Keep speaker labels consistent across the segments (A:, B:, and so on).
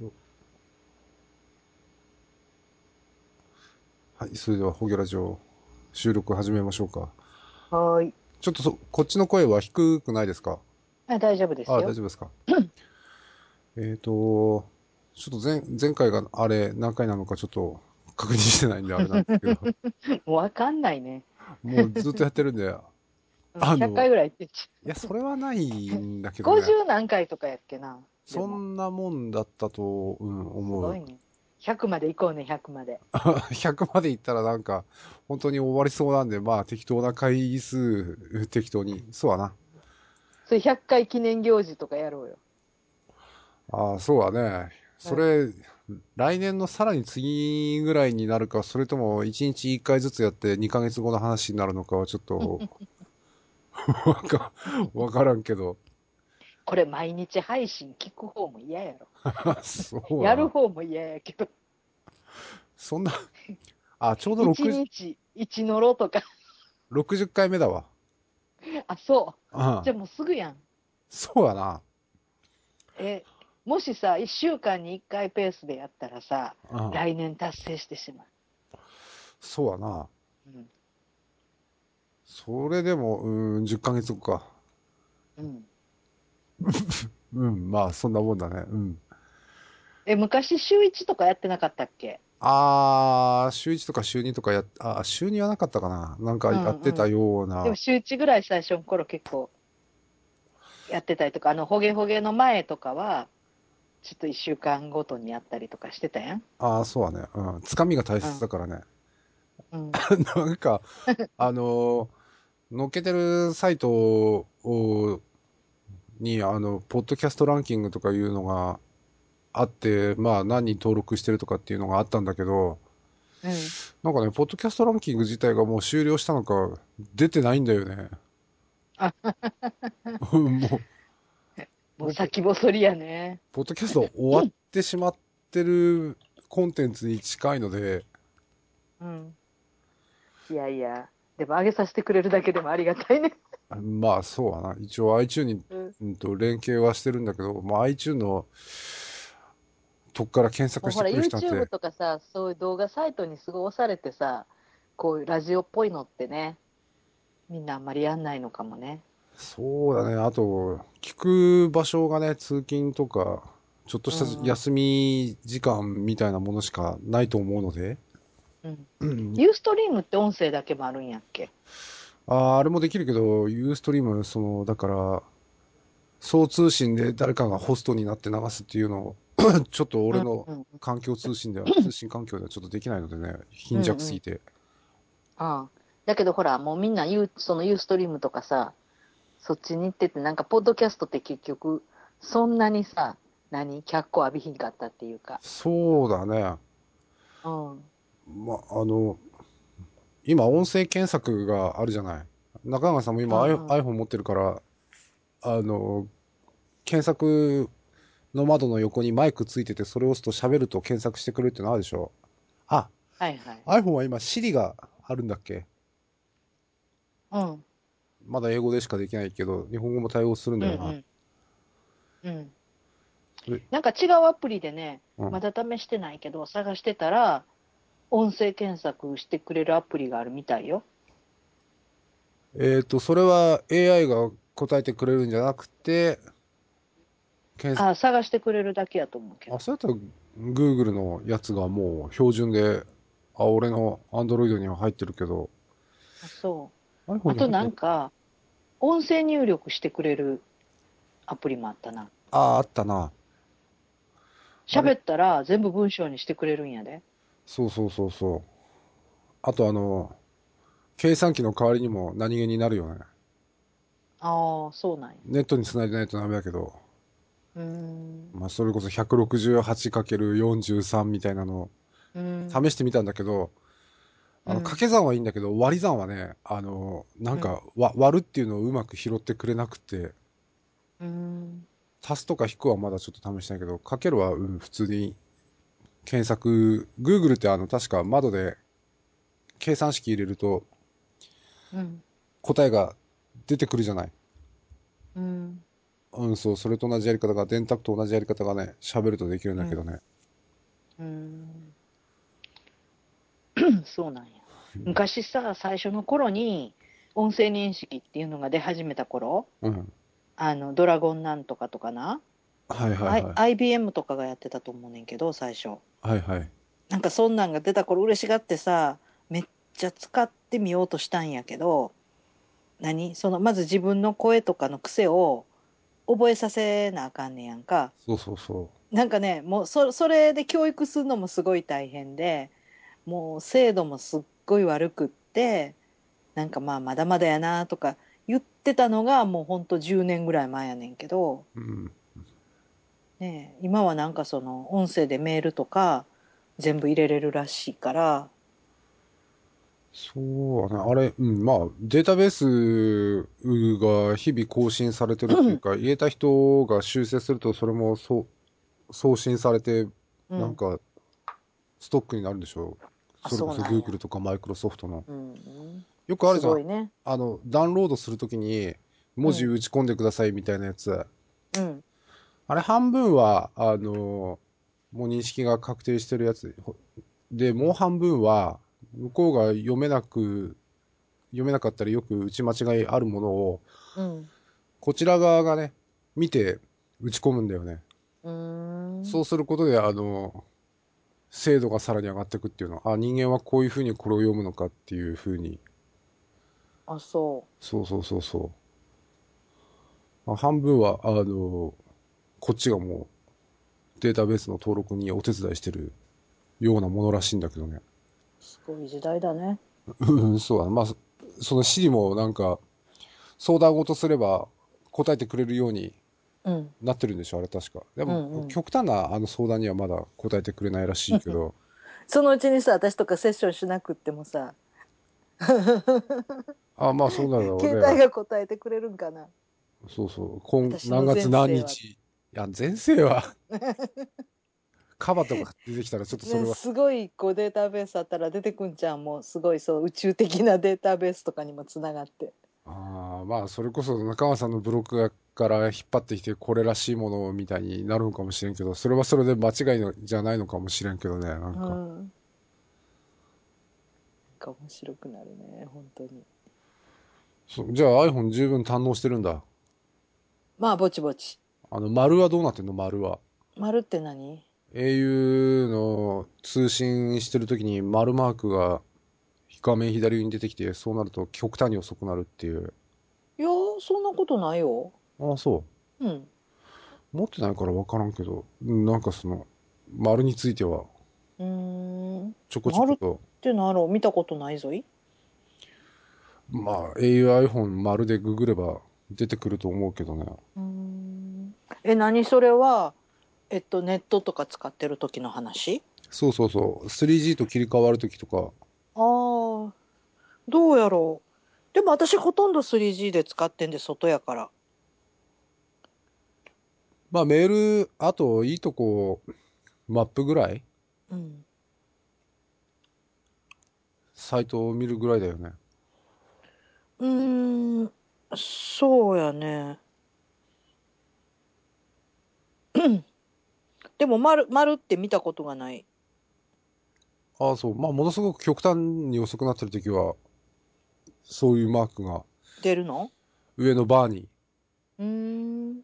A: よ
B: はい、それでは、ホゲラジオ、収録始めましょうか。
A: はーい。
B: ちょっとそ、こっちの声は低くないですか
A: あ、大丈夫です
B: あ
A: よ。
B: あ、大丈夫です か。えっと、ちょっと前、前回があれ、何回なのかちょっと確認してないんで、あれなんですけど、
A: もうわかんないね。
B: もうずっとやってるんで、い
A: うん
B: あの
A: 100回ぐらい言ってんじ
B: や、それはないんだけ
A: ゃん
B: どね。
A: 50何回とかやっけな。
B: そ
A: でも
B: んなもんだったと、うん、
A: す
B: 思。
A: ごい うね。100まで行こうね、100まで。
B: 100までいったらなんか、本当に終わりそうなんで、まあ適当な回数、適当に。そうだな。
A: それ100回記念行事とかやろうよ。
B: ああ、そうだね。それ、来年のさらに次ぐらいになるか、それとも1日1回ずつやって2ヶ月後の話になるのかはちょっ と、わか、わからんけど。
A: これ毎日配信聞く方も嫌や
B: そう
A: ろ。
B: だな
A: やる方も嫌やけど。
B: そんな、あ、ちょうど
A: 1
B: 60、
A: 日1のろとか。
B: 60回目だわ。
A: あ、そうう。じゃ
B: ん。
A: あもうすぐやん。
B: そうだな。
A: え、もしさ、1週間に1回ペースでやったらさ、
B: うん。
A: 来年達成してしま
B: そうだな。
A: う。うん。
B: それでも、うーん、10ヶ月後か。
A: うん。
B: うん、まあ、そんなもんだね。うん。
A: え、昔週1とかやってなかったっけ
B: あー、週1とか週2とかやっ、あー、週2はなかったかな。なんかやってたような。
A: でも週1ぐらい最初の頃結構やってたりとか、あの、ほげほげの前とかは、ちょっと1週間ごとにやったりとかしてたやん。
B: ああ、そうだね。うん。つかみが大切だからね。
A: うん。
B: なんか、あのー、載っけてるサイトを、に、あの、ポッドキャストランキングとかいうのがあって、まあ、何人登録してるとかっていうのがあったんだけど、
A: うん、
B: なんかね、ポッドキャストランキング自体がもう終了したのか、出てないんだよね。
A: あ
B: うん もう、
A: もう先細りやね。
B: ポッドキャスト終わってしまってるコンテンツに近いので、
A: うん。いやいや、でも上げさせてくれるだけでもありがたいね。
B: まあそうだな。一応 iTune に、
A: うん
B: うんと連携はしてるんだけど、まあ iTune のとこから検索
A: もう
B: して
A: ほら、
B: くる人なん
A: YouTube
B: て、
A: とかさ、そういう動画サイトにすごい押されてさ、こういうラジオっぽいのってね、みんなあんまりやんないのかもね。
B: そうだね。あと、聞く場所がね、通勤とか、ちょっとし
A: う
B: た
A: ん
B: 休み時間みたいなものしかないと思うので、
A: うん。
B: うん、
A: ユーストリームって音声だけもあるんやっけ
B: あーあれもできるけど、ユーストリーム、その、だから、総通信で誰かがホストになって流すっていうのを、 ちょっと俺の
A: うんうん
B: 環境通信では、 通信環境ではちょっとできないのでね、貧弱すぎて。
A: ああだけどほらもうみんなユーそのユーストリームとかさそっちに行っててなんかポッドキャストって結局そんなにさ何脚光浴びひんかったっていうか、
B: そうだね。
A: うん、
B: ま、あの、今音声検索があるじゃない。中川さんも今、
A: うん
B: i-
A: うん
B: iPhone 持ってるから、あの、検索の窓の横にマイクついてて、それを押すと喋ると検索してくれるってのあるでしょ。あ、
A: はいはい、
B: iPhone は今 Siri があるんだっけ
A: うん
B: まだ英語でしかできないけど、日本語も対応するん
A: う
B: だよな。
A: んうんう
B: え
A: んなんか違うアプリでね
B: うん
A: まだ試してないけど探してたら音声検索してくれるアプリがあるみたいよ
B: えっ、と、それは AI が答えてくれるんじゃなくて、検索、
A: あ探してくれるだけやと思うけど
B: あ、そうやったら Google のやつがもう標準で、あ、俺の Android には入ってるけど、
A: あそう
B: iPhone
A: あ
B: に入って
A: となんか、音声入力してくれるアプリもあったな。
B: あ、あったな。
A: 喋ったら全部文章にしてくれるんやで。
B: そうそうそうそう。あとあの、計算機の代わりにも何気になるよね。
A: ああ、そうなんや。
B: ネットに繋いでないとダメだけど、
A: うーん。
B: まあ、それこそ 168×43 みたいなのを
A: うーん。
B: 試してみたんだけど、あの、
A: うん
B: 掛け算はいいんだけど、割り算はね、あの、なんか、わ割るっていうのをうまく拾ってくれなくて、
A: うーん。
B: 足すとか引くはまだちょっと試してないけど、かけるは、うん、普通に検索、Google ってあの、確か窓で計算式入れると
A: うん。
B: 答えが出てくるじゃない。
A: うん。
B: うん、そう、それと同じやり方が、電卓と同じやり方がね、喋るとできるんだけどね。
A: うーん そうなんや。昔さ、最初の頃に、音声認識っていうのが出始めた頃、
B: うん。
A: あの、ドラゴンなんとかとかな、
B: はいはいはい。
A: I、IBM とかがやってたと思うねんけど、最初。
B: はいはい。
A: なんかそんなんが出た頃嬉しがってさ、めっちゃ使ってみようとしたんやけど、何その、まず自分の声とかの癖を覚えさせなあかんねやんか。
B: そうそうそ
A: なんかね、もうそ、それで教育するのもすごい大変で、もう精度もすっごい悪くって、なんかまあまだまだやなとか言ってたのがもうほんと10年ぐらい前やねんけど、
B: う。うん。
A: ねえ、今はなんかその音声でメールとか全部入れれるらしいから、
B: そうだね。あれ、うん、まあ、データベースが日々更新されてるっていうか、入れた人が修正すると、それもそう送信されて、
A: うん
B: なんか、ストックになるんでしょう。
A: あ
B: それこそ
A: そうなんや
B: Google とか Microsoft の。
A: うん、
B: よくある
A: す
B: じゃん
A: ごい。ね。
B: あの、ダウンロードするときに、文字打ち込んでくださいみたいなやつ。
A: うん。
B: あれ、半分は、あの、もう認識が確定してるやつ。ほで、もう半分は、向こうが読めなく、読めなかったり、よく打ち間違いあるものを、
A: うん。
B: こちら側がね、見て打ち込むんだよね。
A: うーん。
B: そうすることで、あの、精度がさらに上がっていくっていうのは、あ、人間はこういうふうにこれを読むのかっていうふうに
A: あ、そ
B: そうそうそうそう。あ半分は、あの、こっちがもう、データベースの登録にお手伝いしてるようなものらしいんだけどね。
A: う。すごい時代だね。
B: うん、そうだね。まあ、そその Siri もなんか、相談事すれば答えてくれるように
A: うん。
B: なってるんでしょ、あれ確か。でも、
A: うんうん
B: 極端なあの相談にはまだ答えてくれないらしいけ ど、
A: そのうちにさ、私とかセッションしなくってもさ、
B: あまあそうだろう
A: 携帯
B: ね。
A: が答えてくれるんかな。
B: そうそう。今、
A: 私の
B: 何月何日。いや、前世は。 カバとか出てきたらちょっとそれ
A: ね、
B: は
A: すごいこうデータベースあったら出てくんじゃんもうすごいそう宇宙的なデータベースとかにもつながって
B: ああ、まあ、それこそ中川さんのブログから引っ張ってきて、これらしいものみたいになるのかもしれんけど、それはそれで間違いのじゃないのかもしれんけどね、なん
A: うん
B: か。
A: なんか面白くなるね本当に
B: そうじゃあ iPhone 十分堪能してるんだ。
A: まあぼちぼち
B: あの、丸はどうなってんの丸は。
A: 丸って何
B: au の通信してる時に丸マークが画面左上に出てきて、そうなると極端に遅くなるっていう。
A: いやーそんなことないよ
B: ああ、そ
A: うん
B: う。持ってないからわからんけど、うんなんかその、丸については、
A: うーんっ
B: ちょこちょこと。
A: てなろう見たことないぞい
B: まあ、AUiPhone 丸でググれば出てくると思うけどね。
A: うーんえ何それはえっとネットとか使ってる時の話
B: そうそうそう。3G と切り替わるときとか。
A: ああ、どうやろう。でも私ほとんど 3G で使ってんで、外やから。
B: まあメール、あといいとこ、マップぐらい
A: うん。
B: サイトを見るぐらいだよね。
A: うーん、そうやね。 でも丸、丸って見たことがない。
B: ああ、そう。まあものすごく極端に遅くなってるときは、そういうマークが
A: 出るの
B: 上のバーに
A: うーん、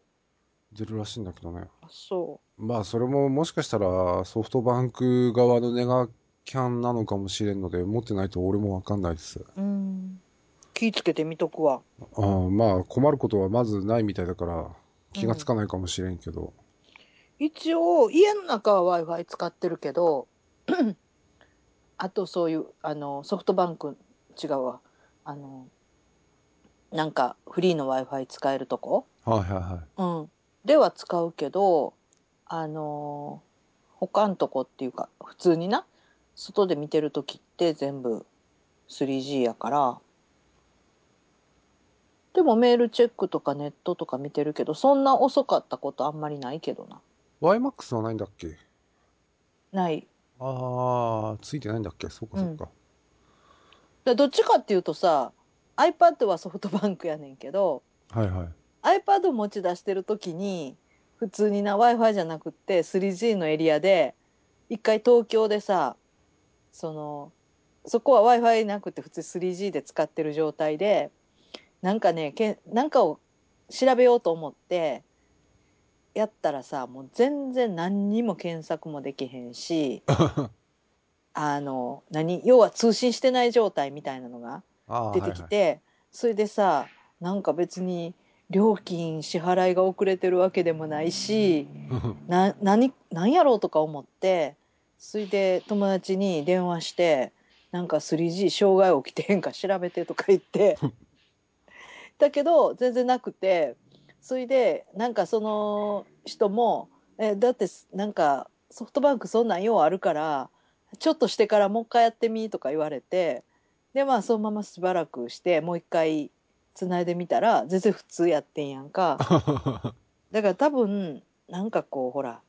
B: 出るらしいんだけどね。
A: あ、そ
B: まあそれももしかしたらソフトバンク側のネガキャンなのかもしれんので、持ってないと俺もわかんないです。
A: う。うーん。気ぃつけてみとくわ。
B: ああまあ困ることはまずないみたいだから気がつかないかもしれんけど、
A: 一応、家の中は Wi-Fi 使ってるけど、あとそういう、あの、ソフトバンク、違うわ。あの、なんか、フリーの Wi-Fi 使えるとこ
B: はいはいはい
A: うん。では使うけど、あの、他のとこっていうか、普通にな、外で見てるときって全部 3G やから、でもメールチェックとかネットとか見てるけど、そんな遅かったことあんまりないけどな。
B: YMAX はないんだっけ
A: ない。
B: ああついてないんだっけそうかそうか、
A: でどっちかっていうとさ iPad はソフトバンクやねんけど
B: はいはい
A: iPad 持ち出してる時に普通にな w i f i じゃなくって 3G のエリアで一回東京でさそのそこは w i f i なくて普通 3G で使ってる状態でなんかねけんなんかを調べようと思ってやったらさもう全然何にも検索もできへんしあの何要は通信してない状態みたいなのが
B: ああ
A: 出てきて、それでさなんか別に料金支払いが遅れてるわけでもないし
B: はいはい
A: な何何やろうとか思ってそれで友達に電話してなんか 3G 障害起きてへんか調べてとか言ってだけど全然なくてそれでなんかその人もえだってすなんかソフトバンクそんなんようあるからちょっとしてからもう一回やってみとか言われてでまあそのまましばらくしてもう一回繋いでみたら全然普通やってんやんか。だから多分なんかこうほら、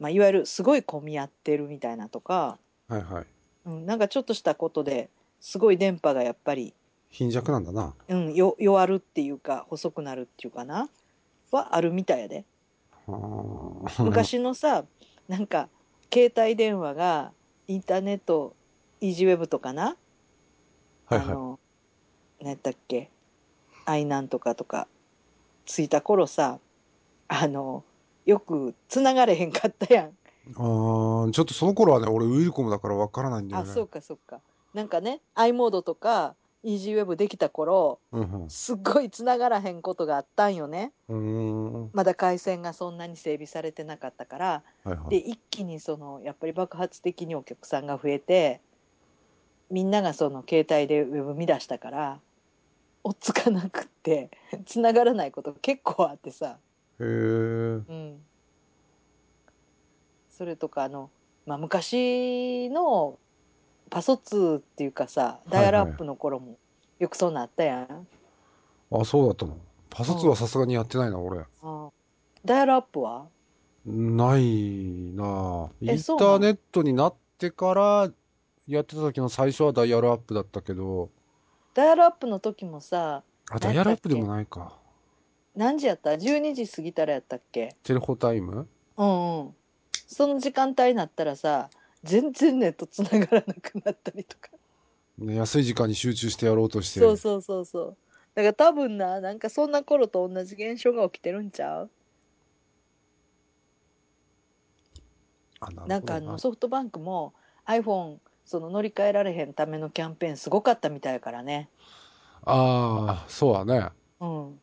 A: まあ、いわゆるすごい混み合ってるみたいなとか、
B: はいはい
A: うん、なんかちょっとしたことですごい電波がやっぱり、
B: 貧弱なんだな
A: うん、よ弱るっていうか細くなるっていうかなはあるみたいやで
B: あー
A: 昔のさなんか携帯電話がインターネットイージーウェブとかな、
B: はい
A: あ
B: は
A: の何やったっけ愛なんとかとかついた頃さあのよく繋がれへんかったやん
B: いあーちょっとその頃はね俺ウィルコムだからわからないんだよ
A: あ
B: ね
A: そうかそうかなんかね i モードとか EasyWeb できた頃
B: うん
A: すっごい繋がらへんことがあったんよね
B: うんうーん
A: まだ回線がそんなに整備されてなかったから
B: はいは
A: で
B: い
A: 一気にそのやっぱり爆発的にお客さんが増えてみんながその携帯で Web 見出したから追っつかなくって繋がらないこと結構あってさ
B: へえ
A: うん、それとかあの、まあ、昔のパソツっていうかさ
B: いはい
A: ダイヤルアップの頃もよくそうなったやん、
B: あそうだったのパソツはさすがにやってないな俺
A: あダイヤルアップは
B: ないなあインタ
A: えそうなの
B: ーネットになってからやってた時の最初はダイヤルアップだったけど
A: ダイヤルアップの時もさ
B: あダイヤルアップでもないか
A: 何時やった12時過ぎたらやったっけ
B: テレホタイム
A: うんうんその時間帯になったらさ全然ネットつながらなくなったりとか
B: ね安い時間に集中してやろうとして
A: そうそうそうそうだから多分ななんかそんな頃と同じ現象が起きてるんちゃう
B: あなるほど
A: なんかあのソフトバンクも iPhone その乗り換えられへんためのキャンペーンすごかったみたいやからね。
B: ああそうだね
A: うん。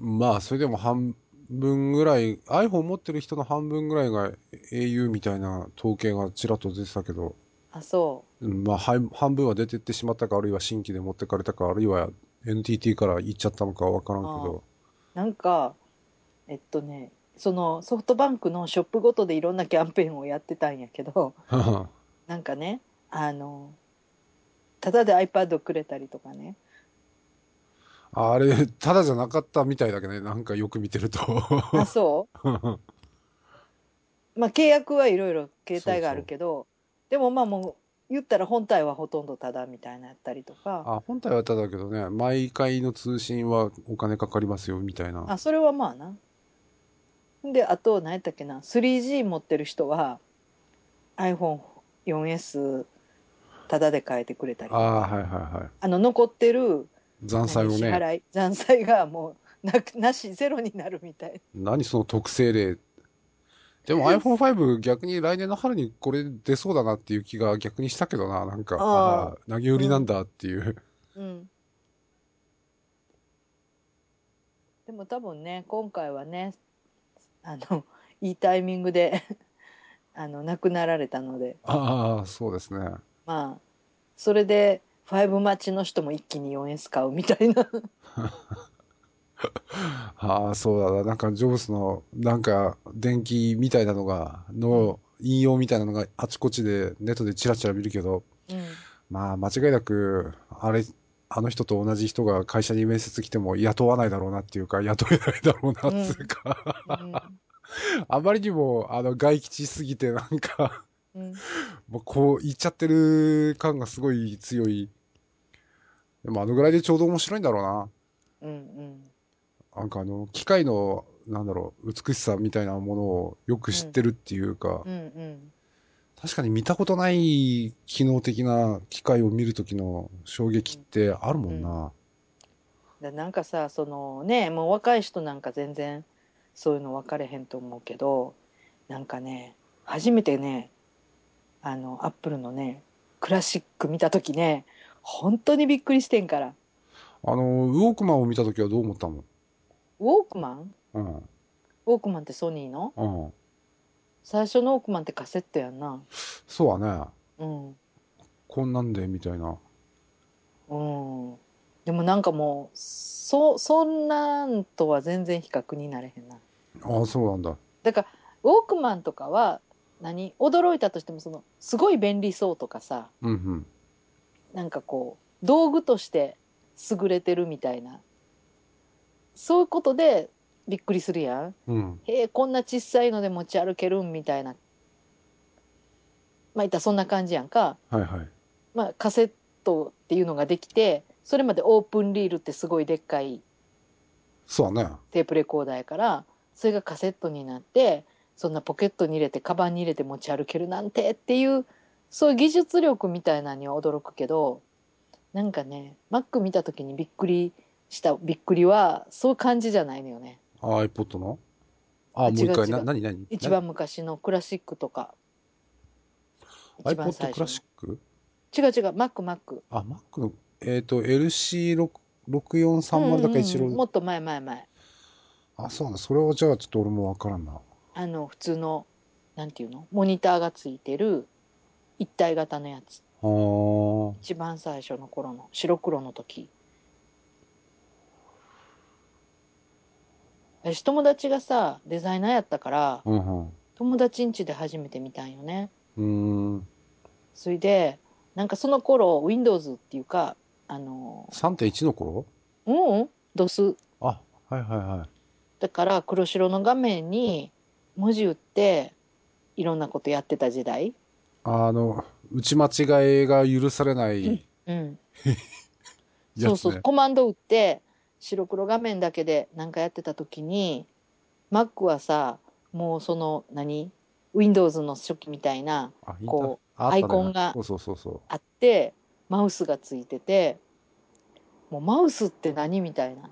B: まあそれでも半分ぐらい iPhone 持ってる人の半分ぐらいが au みたいな統計がちらっと出てたけど
A: あそ
B: うんまあ半半分は出てってしまったかあるいは新規で持ってかれたかあるいは NTT から行っちゃったのかは分からんけど
A: う。なんかえっとねそのソフトバンクのショップごとでいろんなキャンペーンをやってたんやけど なんかねあのただで iPad をくれたりとか ね
B: あれ、ただじゃなかったみたいだけどね、なんかよく見てると。
A: あそ
B: は
A: うまあ契約はいろいろ携帯があるけどでもまあもう言ったら本体はほとんどただみたいなやったりとか
B: あ本体はただだけどね、毎回の通信はお金かかりますよ、みたいな。
A: あそれはまあなであと何やったっけな 3G 持ってる人は iPhone4S タダで変えてくれたり
B: ああ、はいはいは
A: あの残ってる
B: い。残債を
A: 何支
B: ね、
A: 払い残債がもう なくなしゼロになるみたい
B: 何その特性例。でも iPhone5 逆に来年の春にこれ出そうだなっていう気が逆にしたけどな、なんか、
A: あー
B: ああ投げ売りなんだっていう。
A: うんでも多分ね今回はねあのいいタイミングで あの亡くなられたので
B: ああ、そうですね。
A: まあそれで5待ちの人も一気に 4S 買うみたいな
B: ああ、そうだな。なんか、ジョブスの、なんか、電気みたいなのが、の引用みたいなのがあちこちで、ネットでチラチラ見るけど、
A: うん
B: まあ、間違いなく、あれ、あの人と同じ人が会社に面接来ても雇わないだろうなっていうか、雇えないだろうなっていうか、
A: う
B: あまりにも、あの、外吉すぎて、なんか、
A: んうん
B: もうこう言っちゃってる感がすごい強い。でも、あのぐらいでちょうど面白いんだろうな。
A: うんうん
B: なんかあの、機械の、なんだろう、美しさみたいなものをよく知ってるっていうか、
A: うんうん。
B: 確かに見たことない機能的な機械を見るときの衝撃ってあるもんな。
A: でなんかさそのねもう若い人なんか全然そういうの分かれへんと思うけどなんかね初めてねあのアップルのねクラシック見た時ね本当にびっくりしてんから
B: あの、ウォークマンを見たときはどう思ったの
A: ウォークマン
B: うん。
A: ウォークマンってソニーの
B: うん。
A: 最初のウォークマンってカセットやんな
B: そうだね。
A: うん
B: こんなんで、みたいな。
A: うんでもなんかもうそそんなんとは全然比較になれへんな
B: ああ、そうなんだ。
A: だからウォークマンとかは何驚いたとしてもそのすごい便利そうとかさ
B: うんうん。
A: なんかこう道具として優れてるみたいなそういうことでびっくりするやん
B: うん。
A: へえこんな小さいので持ち歩けるんみたいなまあいったらそんな感じやんか、
B: はいはい。
A: まあ、カセットっていうのができてそれまでオープンリールってすごいでっかい
B: そうだね。
A: テープレコーダーやからそれがカセットになってそんなポケットに入れてカバンに入れて持ち歩けるなんてっていうそういう技術力みたいなのには驚くけどなんかねマック見た時にびっくりしたびっくりはそういう感じじゃないのよね
B: ああ、iPod のあ
A: あ
B: あ、もう一
A: 違う
B: 回、
A: 違う
B: な、なになに
A: 一番昔のクラシックとか
B: な
A: 一番
B: iPod
A: 最
B: クラシ
A: 初
B: ック
A: の違う違うマックマック
B: あ、Mac の、えっ、と、LC6430 だか
A: うんうんうんも
B: 16。
A: っと前前前
B: あ、そうだ。それはじゃあ、ちょっと俺もわからんな。
A: あの普通のなんていうのモニターがついてる一体型のやつ
B: あー
A: 一番最初の頃の白黒の時私友達がさデザイナーやったから
B: うん
A: 友達ん家で初めて見たんよね
B: うん。うーん。
A: それでなんかその頃 Windows っていうかあの
B: 3.1の頃
A: うんうんドス
B: あ、はいはいはい。
A: だから黒白の画面に文字打っていろんなことやってた時代
B: あの、打ち間違いが許されないや
A: うん
B: つね。
A: そうそうコマンド打って白黒画面だけでなんかやってた時に Mac はさもうその何 Windows の初期みたいな
B: あ、インター
A: こ
B: ああったね
A: アイコンが
B: そうそうそうそう。
A: あってマウスがついててもうマウスって何みたいな。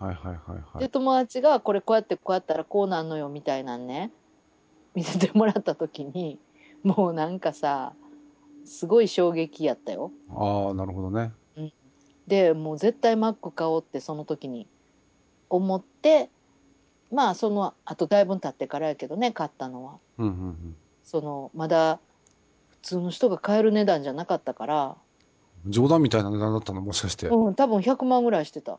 B: はいはいはいは
A: で
B: い。
A: 友達がこれこうやってこうやったらこうなんのよみたいなんね見せてもらった時にもうなんかさすごい衝撃やったよ。
B: ああ、なるほどね。
A: でもう絶対 Mac 買おうってその時に思ってまあそのあとだいぶ経ってからやけどね買ったのは
B: うんうんうん。
A: そのまだ普通の人が買える値段じゃなかったから、
B: 冗談みたいな値段だったのもしかして。
A: うん、多分100万ぐらいしてた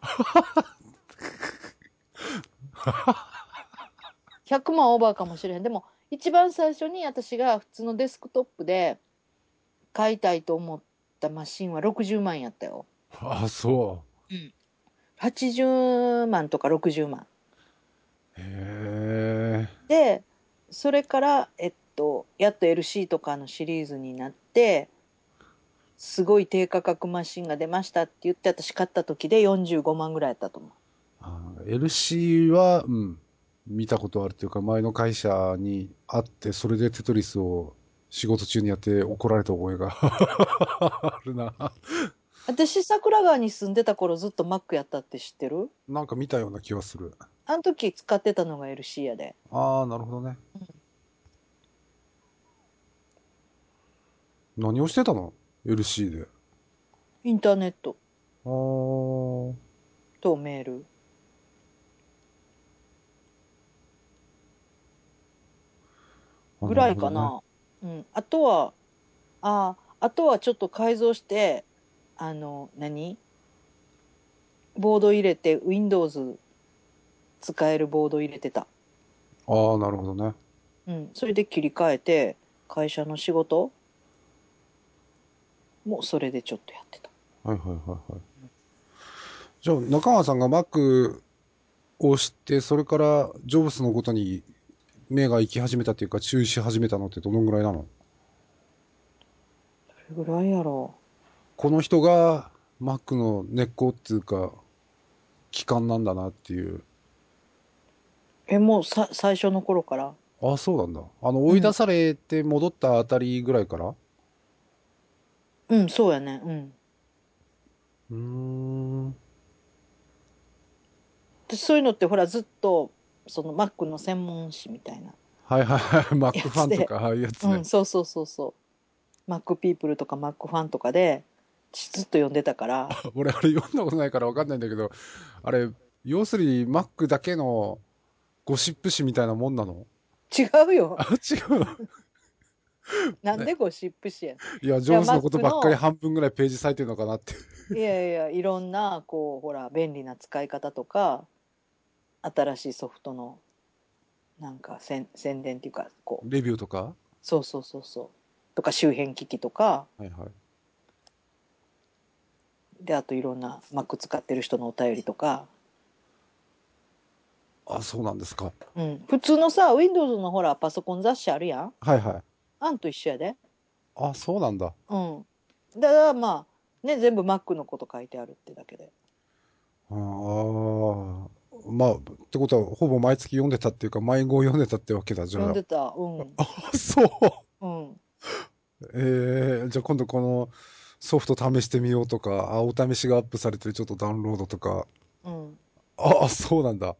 A: 100万オーバーかもしれへんでも一番最初に私が普通のデスクトップで買いたいと思ったマシンは60万やったよ
B: あ、そ
A: 80万とか60万
B: う。へえ。
A: でそれから、えっと、やっと LC とかのシリーズになってすごい低価格マシンが出ましたって言って私買った時で45万ぐらいやったと思う
B: あ LC は、うん、見たことあるというか、前の会社にあって、それでテトリスを仕事中にやって怒られた覚えが あるな。
A: 私桜川に住んでた頃ずっと Mac やったって知ってる
B: なんか見たような気がする。
A: あの時使ってたのが LC やで
B: ああ、なるほどね。何をしてたの ?LC で。
A: インターネット
B: あー
A: とメール
B: あ。
A: ぐらいかな
B: るほ
A: うん、あとはああとはちょっと改造してあの何ボード入れて Windows 使えるボード入れてた、
B: どね。ああ、なるほどね。
A: うん、それで切り替えて会社の仕事もそれでちょっとやってた
B: はいはいはいはい。じゃあ、中川さんが Mac を知って、それからジョブスのことに目が行き始めたというか、注意し始めたのってどのぐらいなの
A: どれぐらいやろ
B: この人が Mac の根っこっていうか、期間なんだなっていう。
A: え、もうさ、最初の頃から
B: ああ、そうなんだ。あの、追い出されて戻ったあたりぐらいから
A: うん、そうやね。うん。
B: うーん。
A: でそういうのってほら、ずっと、そのマックの専門誌みたいな。
B: はいはいはい。マックファンとか、ああいうやつ
A: う
B: ね
A: ん、。そうそうそうそう。マックピープルとかマックファンとかで、ずっと読んで たから。
B: 俺、あれ読んだことないからわかんないんだけど、あれ、要するにマックだけのゴシップ誌みたいなもんなの
A: 違うよ。
B: あ、違 うの。
A: なんでゴシップ誌やねん
B: いや、ジョーンズのこと
A: いや
B: ばっかり
A: マックの
B: 半分ぐらいページ割いてるのかなって。
A: いやいやいろんなこうほら便利な使い方とか新しいソフトのなんか宣宣伝っていうかこう
B: レビューとか
A: そうそうそうそうとか周辺機器とか
B: はいはい。
A: であといろんな Mac 使ってる人のお便りとか、
B: あ、そうなんですか。
A: うん、普通のさ Windows のほらパソコン雑誌あるやん
B: はいはい。
A: あんと一緒やで
B: あ、そうなんだ。
A: うんだからまあね全部 Mac のこと書いてあるってだけで
B: ああ。まあ、ってことは、ほぼ毎月読んでたっていうか、毎号読んでたってわけだ、じゃ
A: 読
B: あ
A: ん。でたうん
B: あ、そう。
A: うん
B: ええじゃあ今度このソフト試してみようとか、あ、お試しがアップされてるちょっとダウンロードとか。
A: うん
B: あ、そうなんだ。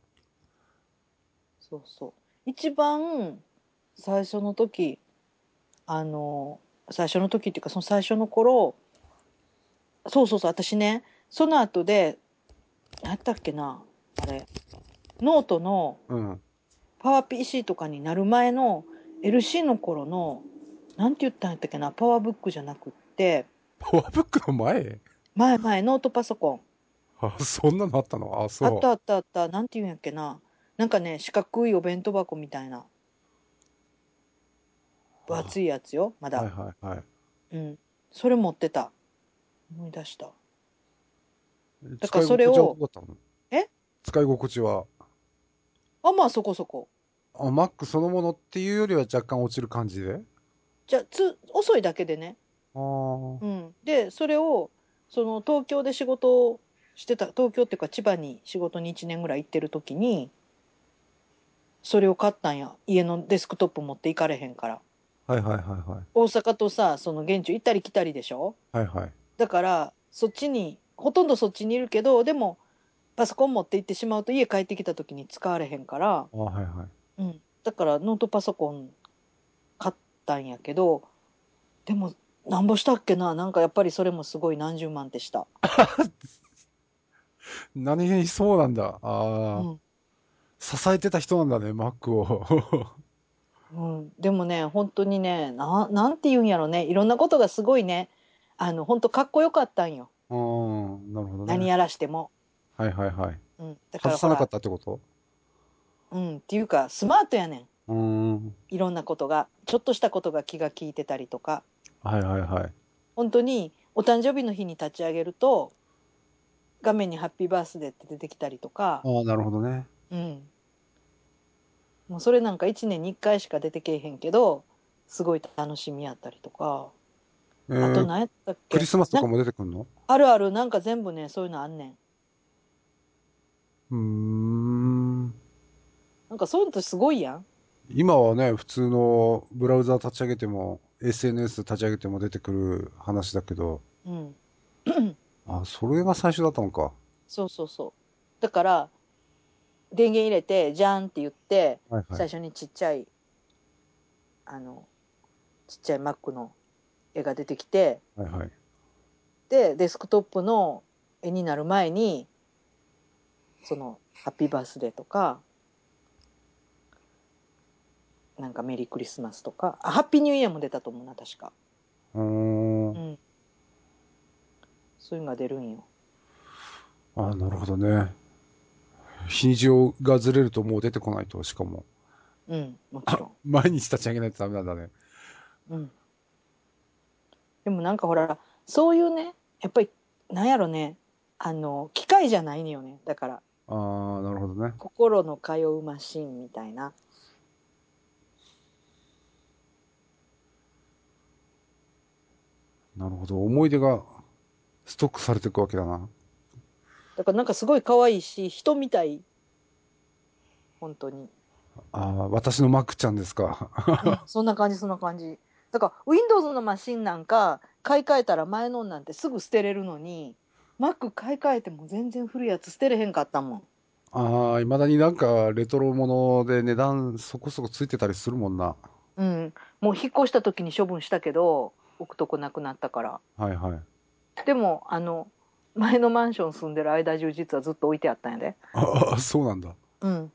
A: そうそう一番最初の時あの最初の時っていうかその最初の頃そうそうそう私ねその後で何やったっけなあれノートの
B: うん。
A: パワー PC とかになる前の LC の頃のなんて言ったんやったっけなパワーブックじゃなくって
B: パワーブックの前
A: 前前ノートパソコン
B: あ、そんなのあったのあ、そう。
A: あったあったあったなんて言うんやっけななんかね四角いお弁当箱みたいな分厚いやつよまだ、
B: はいはいはい。
A: うんそれ持ってた思い出した
B: だ
A: からそれをえ
B: 使い心地は。
A: あまあそこそこ
B: あ、Mac そのものっていうよりは若干落ちる感じで
A: じゃあつ遅いだけでね、
B: ああ。
A: うん、でそれをその東京で仕事をしてた東京っていうか千葉に仕事に1年ぐらい行ってる時にそれを買ったんや家のデスクトップ持って行かれへんから
B: はいはいはいは
A: 大阪とさその現地行ったり来たりでしょ
B: い。はいはい。
A: だからそっちにほとんどそっちにいるけどでもパソコン持って行ってしまうと家帰ってきた時に使われへんから、
B: あはいはい。
A: うん、だからノートパソコン買ったんやけどでもなんぼしたっけななんかやっぱりそれもすごい何十万ってした、
B: 何気にそうなんだ。あ
A: う
B: あ、
A: ん
B: 支えてた人なんだね、Mac を。
A: うん、でもね本当にねななんて言うんやろねいろんなことがすごいねあの本当かっこよかったんよ、
B: うん、なるほどね。
A: 何やらしても、
B: はいはいはい。
A: うん、だか
B: 外
A: らほ
B: さな
A: ら
B: かったってこと
A: うん、っていうかスマートやねん
B: うーん。
A: いろんなことがちょっとしたことが気が利いてたりとか
B: はいはいはい。
A: 本当にお誕生日の日に立ち上げると画面に「ハッピーバースデー」って出てきたりと
B: あ
A: か、
B: あ、なるほどね。
A: うん、もうそれなんか1年に1回しか出てけえへんけどすごい楽しみやったりとか、
B: えー
A: あと何やったっけ
B: クリスマスとか
A: なん
B: も出てくるの
A: あるあるなんか全部ねそういうのあんねん
B: うーん。
A: なんかそういうのってすごいやん
B: 今はね、普通のブラウザ立ち上げても、SNS 立ち上げても出てくる話だけど、
A: うん
B: あ、それが最初だったのか。
A: そうそうそうだから電源入れて「じゃん」って言って
B: はいは
A: 最
B: い。
A: 初にちっちゃいあのちっちゃい Mac の絵が出てきて
B: はいはい。
A: でデスクトップの絵になる前にその「ハッピーバースデー」とかなんか「メリークリスマス」とかあ「ハッピーニューイヤー」も出たと思うな確か、
B: うー。
A: うんん、そういうのが出るんよ
B: あ、なるほどね。日にちをがずれるともう出てこないと、しかも。
A: うんもちろん、
B: 毎日立ち上げないとダメなんだね。
A: うん、でもなんかほらそういうねやっぱりなんやろねあの機械じゃないのよねだから
B: ああ、なるほどね。
A: 心の通うマシンみたいな
B: なるほど。思い出がストックされていくわけだな。
A: だからなんかすごい可愛いし人みたい本当に、
B: ああ、私のマックちゃんですか。
A: うんそんな感じそんな感じだから Windows のマシンなんか買い替えたら前のなんてすぐ捨てれるのに Mac 買い替えても全然古いやつ捨てれへんかったもん
B: ああ、いまだになんかレトロもので値段そこそこついてたりするもんな。
A: うんもう引っ越した時に処分したけど置くとこなくなったから
B: はいはい。
A: でもあの前のマンション住んでる間中実はずっと置いてあったんやで
B: ああ、そうなんだ。
A: うん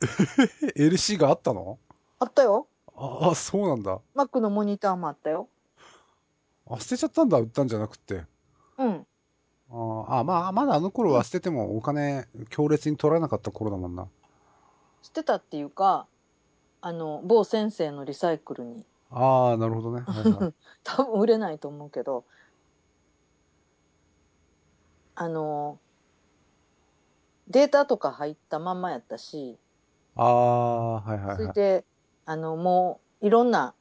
B: え LC があったの
A: あったよ
B: ああ、そうなんだ。
A: Mac のモニターもあったよ
B: あ、捨てちゃったんだ、売ったんじゃなくて。
A: うん
B: あーあ、まあ、まだあの頃は捨ててもお金強烈に取られなかった頃だもんな。
A: 捨てたっていうかあの某先生のリサイクルに
B: ああ、なるほどね。はいはい
A: 多分売れないと思うけどあのデータとか入ったまんまやったし
B: あ あ、はいはい
A: それ
B: はい。
A: であのもういろんな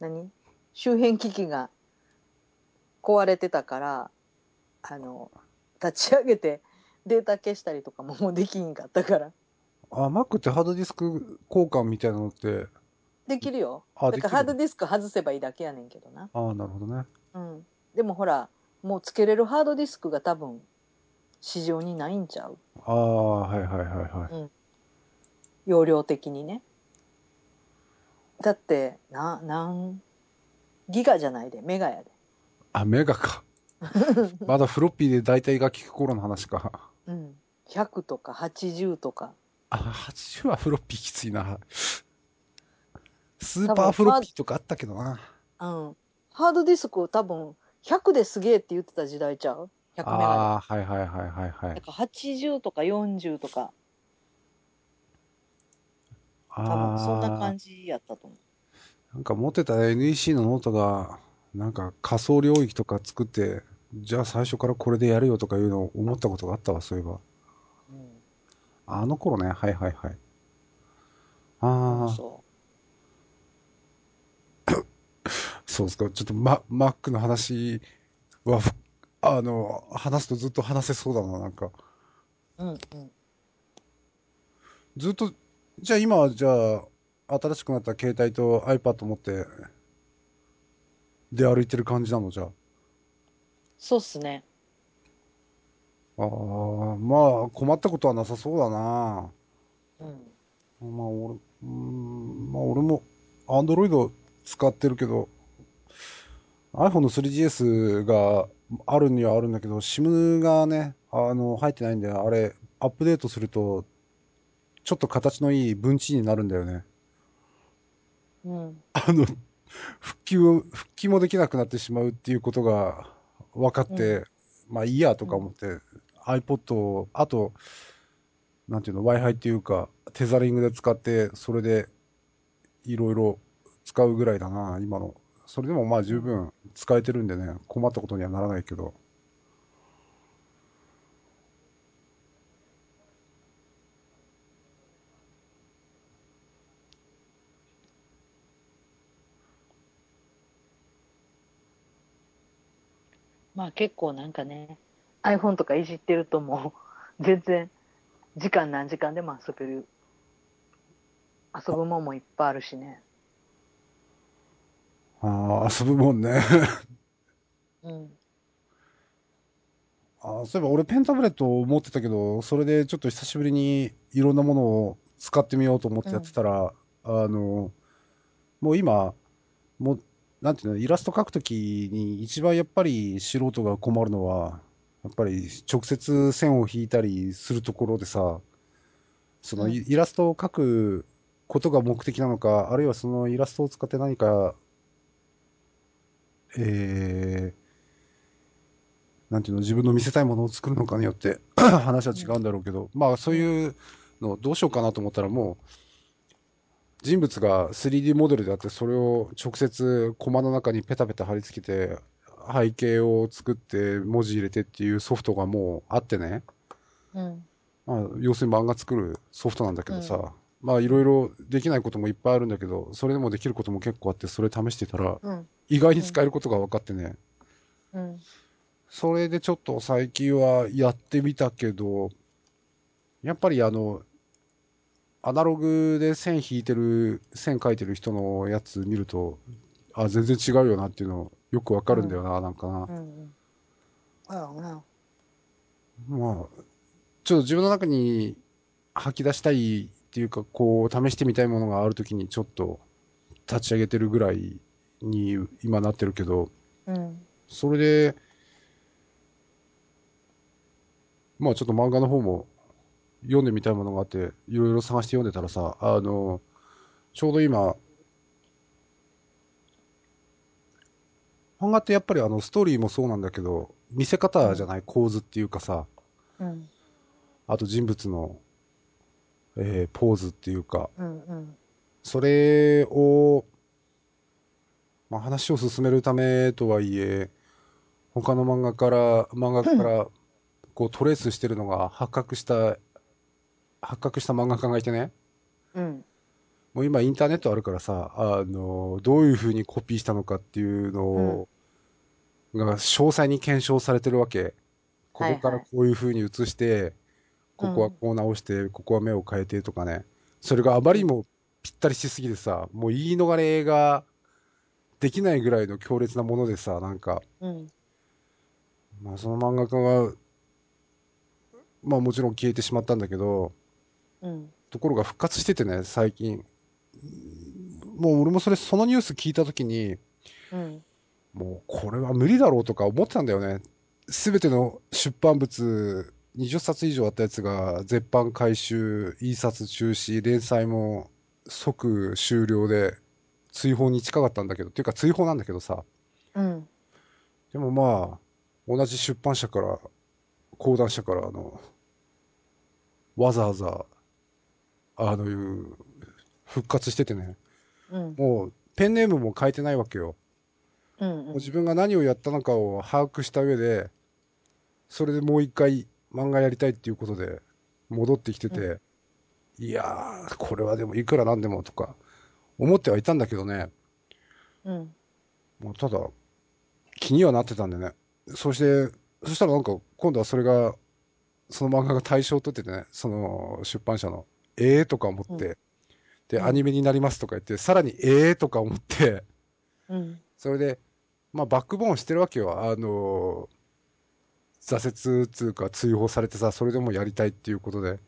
A: 何周辺機器が壊れてたからあの立ち上げてデータ消したりとかももうできんかったから
B: あ、Mac ってハードディスク交換みたいなのって、
A: できるよ
B: あ
A: だ
B: でき
A: か
B: る
A: らハードディスク外せばいいだけやねんけどな、
B: ああ、なるほどね。
A: うん、でもほらもうつけれるハードディスクが多分市場にないんちゃう
B: ああ、はいはいはいはい。
A: 容量的にねだってな何ギガじゃないでメガやで
B: あ、メガ か。まだフロッピーで大体が効く頃の話か。
A: うん、100とか80とか
B: あ、80はフロッピーきついな。スーパーフロッピーとかあったけどな。
A: うん、ハードディスクを多分100ですげえって言ってた時代ちゃう100メガ
B: ああー、はいはいはいはいは
A: だ
B: い。
A: から80とか40とか多
B: あ
A: 分そんな
B: あ
A: 感、じやったと思
B: なんか持ってた NEC のノートが、なんか仮想領域とか作って、じゃあ最初からこれでやるよとかいうのを思ったことがあったわ、そういえば。
A: う、うん
B: あの頃ね、はいはいはい。
A: そ
B: あ
A: う
B: あ、
A: そ
B: そうですか。ちょっとマ、マックの話は、ふあの、話すとずっと話せそうだな、なんか。
A: う、うんうん、
B: ずっと、じゃあ今は、じゃあ、新しくなった携帯と iPad 持って、で歩いてる感じなの、じゃあ。
A: そうっすね
B: ああ、まあ、困ったことはなさそうだな。
A: うん
B: まあ、俺、うーん、まあ、俺も、アンドロイド使ってるけど、iPhone の 3GS があるにはあるんだけど、SIM がね、あの、入ってないんで、あれ、アップデートすると、ちょっと形のいい分岐になるんだよね。
A: うん
B: あの、復旧を、復帰もできなくなってしまうっていうことが分かって、まあいいやとか思って、iPod を、あと、なんていうの、Wi-Fi っていうか、テザリングで使って、それでいろいろ使うぐらいだな、今の。それでもまあ十分使えてるんでね、困ったことにはならないけど。
A: まあ結構なんかね iPhone とかいじってるともう全然時間何時間でも遊べる遊ぶもんもいっぱいあるしね、
B: ああ、遊ぶもんね。
A: うん、
B: あーそういえば俺ペンタブレットを持ってたけど、それでちょっと久しぶりにいろんなものを使ってみようと思ってやってたら、あの、もう今、もう、なんていうの、イラスト描くときに一番やっぱり素人が困るのは、やっぱり直接線を引いたりするところでさ、その
A: うん
B: イイラストを描くことが目的なのか、あるいはそのイラストを使って何か、えー、なんていうの、自分の見せたいものを作るのかによって 話は違うんだろうけど、まあそういうのどうしようかなと思ったらもう、人物が 3D モデルであって、それを直接コマの中にペタペタ貼り付けて、背景を作って文字入れてっていうソフトがもうあってね、
A: うん
B: まあ、要するに漫画作るソフトなんだけどさ、
A: うん
B: まあいろいろできないこともいっぱいあるんだけど、それでもできることも結構あって、それ試してたら、
A: うん
B: 意外に使えることが分かってね、
A: うん
B: それでちょっと最近はやってみたけど、やっぱりあの、アナログで線引いてる、線書いてる人のやつ見ると、あ、全然違うよなっていうのよくわかるんだよな、なんかな。
A: うん。あらな。
B: まあ、ちょっと自分の中に吐き出したいっていうか、こう、試してみたいものがあるときにちょっと立ち上げてるぐらいに今なってるけど、
A: うん。
B: それで、まあちょっと漫画の方も読んでみたいものがあって、いろいろ探して読んでたらさ、あの、ちょうど今、漫画ってやっぱりあのストーリーもそうなんだけど、見せ方じゃない構図っていうかさ、
A: うん。
B: あと人物の、えーポーズっていうか、
A: うん。うん。
B: それを、まあ、話を進めるためとはいえ、他の漫画から、漫画から、こうトレースしてるのが発覚した、発覚した漫画家がいてね、
A: うん。
B: もう今インターネットあるからさ、あの、どういうふうにコピーしたのかっていうのを、が詳細に検証されてるわけ。ここか
A: はい
B: ら
A: はい
B: こういうふうに写して、ここはこう直して、ここは目を変えてとかね。それがあまりにもぴったりしすぎてさ、もう言い逃れができないぐらいの強烈なものでさ、なんか、
A: うん。
B: まあその漫画家が、まあもちろん消えてしまったんだけど、
A: うん。
B: ところが復活しててね、最近。もう俺もそれ、そのニュース聞いたときに、
A: うん。
B: もうこれは無理だろうとか思ってたんだよね。すべての出版物、20冊以上あったやつが、絶版回収、印刷中止、連載も即終了で、追放に近かったんだけど、っていうか追放なんだけどさ。
A: うん。
B: でもまあ、同じ出版社から、講談社から、あの、わざわざ、あの、いう復活しててね、
A: うん。
B: もうペンネームも変えてないわけよ。
A: うん
B: もう。自分が何をやったのかを把握した上で、それでもう一回漫画やりたいっていうことで戻ってきてて、いやー、これはでもいくらなんでもとか思ってはいたんだけどね、
A: うん。
B: もうただ、気にはなってたんでね。そして、そしたらなんか、今度はそれが、その漫画が対象取っててね、その出版社の、ええー、とか思って、で、
A: うん
B: アニメになりますとか言って、さらにええー、とか思って、
A: うん。
B: それで、まあ、バックボーンしてるわけよ。あのー挫折っていうか追放されてさ、それでもやりたいっていうことで、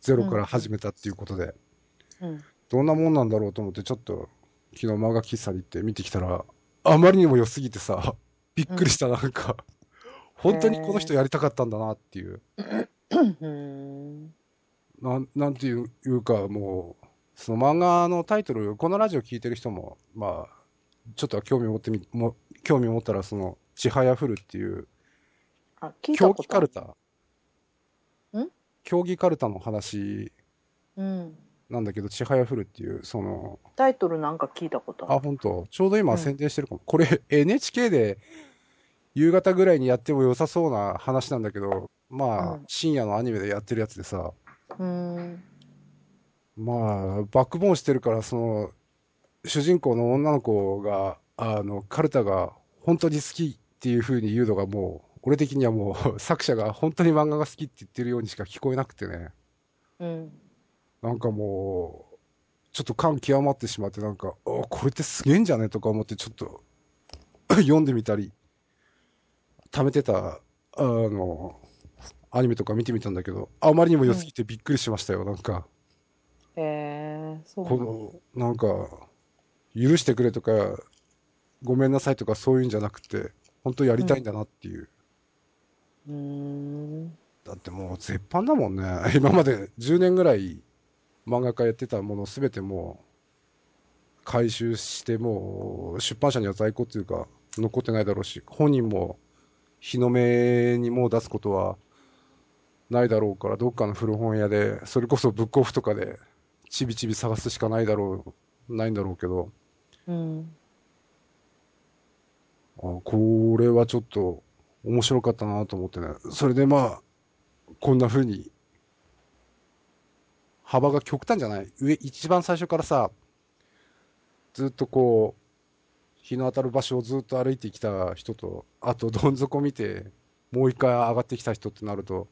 B: ゼロから始めたっていうことで、
A: うん。
B: どんなもんなんだろうと思って、ちょっと、昨日漫画喫茶に行って見てきたら、あまりにも良すぎてさ、 びっくりした、なんか、本当にこの人やりたかったんだなっていう、
A: うん。
B: なんなんていういうか、もう、その漫画のタイトル、このラジオ聞いてる人も、まあ、ちょっとは興味を持ってみ、も興味を持ったら、その、ちはやふるっていう、
A: あ、聞いた
B: 競技
A: ことあ
B: カル
A: る。
B: タ
A: ん
B: 競技カルタの話
A: うん。
B: なんだけど、ちはやふるっていう、その、
A: タイトルなんか聞いたことあ
B: あ、
A: る。
B: 本当。ちょうど
A: う
B: 今
A: ん
B: 宣伝してるかも。これ NHK で夕方ぐらいにやっても良さそうな話なんだけど、まあ、
A: うん
B: 深夜のアニメでやってるやつでさ、
A: うん。
B: まあ、バックボーンしてるから、その、主人公の女の子が、あの、カルタが本当に好きっていう風に言うのがもう、俺的にはもう作者が本当に漫画が好きって言ってるようにしか聞こえなくてね、
A: うん。
B: なんかもう、ちょっと感極まってしまって、なんか、あこれってすげえんじゃねとか思って、ちょっと 読んでみたり、貯めてた、あの、アニメとか見てみたんだけど、あまりにも良すぎてびっくりしましたよ、なんか。
A: へえ、そうなの。
B: この、なんか、許してくれとか、ごめんなさいとかそういうんじゃなくて、本当やりたいんだなっていう。
A: うーん。
B: だってもう絶版だもんね。 今まで10年ぐらい漫画家やってたものすべてもう回収して、もう出版社には在庫っていうか残ってないだろうし、本人も日の目にもう出すことはないだろうから、どっかの古本屋で、それこそブックオフとかでちびちび探すしかないだろう、ないんだろうけど、
A: うん。
B: あこれはちょっと面白かったなと思ってね。それでまあ、こんな風に、幅が極端じゃない上、一番最初からさ、ずっとこう、日の当たる場所をずっと歩いてきた人と、あとどん底見て、もう一回上がってきた人ってなると、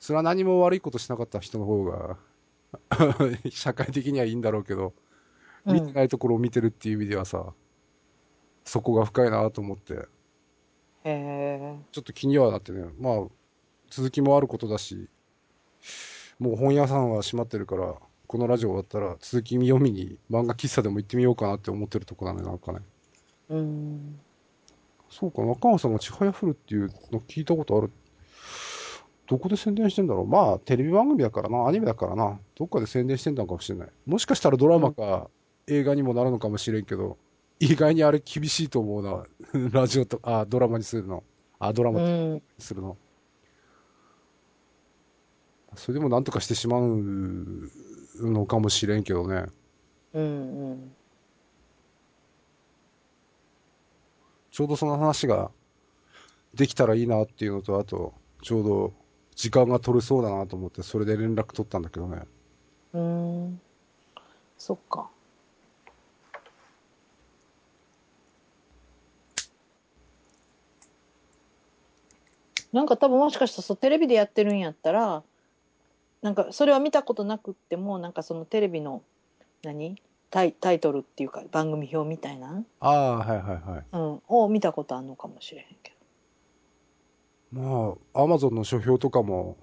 B: それは何も悪いことしなかった人の方が、 社会的にはいいんだろうけど、
A: うん
B: 見てないところを見てるっていう意味ではさ、そこが深いなと思って、
A: へえ。
B: ちょっと気にはなってね、まあ、続きもあることだし、もう本屋さんは閉まってるから、このラジオ終わったら続き読みに漫画喫茶でも行ってみようかなって思ってるとこだね、なんかね。
A: うん。
B: そうか、中川さんがちはやふるっていうの聞いたことある。どこで宣伝してんだろうまあ、テレビ番組だからな、アニメだからな、どっかで宣伝してんだかもしれない。もしかしたらドラマか映画にもなるのかもしれんけど、意外にあれ厳しいと思うな。 ラジオと、あ、ドラマにするの。あ、ドラ
A: う
B: マに
A: ん。
B: するの。それでもなんとかしてしまうのかもしれんけどね。
A: うん。うん。
B: ちょうどその話ができたらいいなっていうのと、あと、ちょうど時間が取れそうだなと思って、それで連絡取ったんだけどね。
A: うん。そっか。なんか多分もしかしたらそうテレビでやってるんやったらなんかそれは見たことなくってもなんかそのテレビの何タイタイトルっていうか番組表みたいな、
B: ああ、はいはいはい。
A: うん、を見たことあるのかもしれへんけ
B: まあ、アマゾンの書評とかも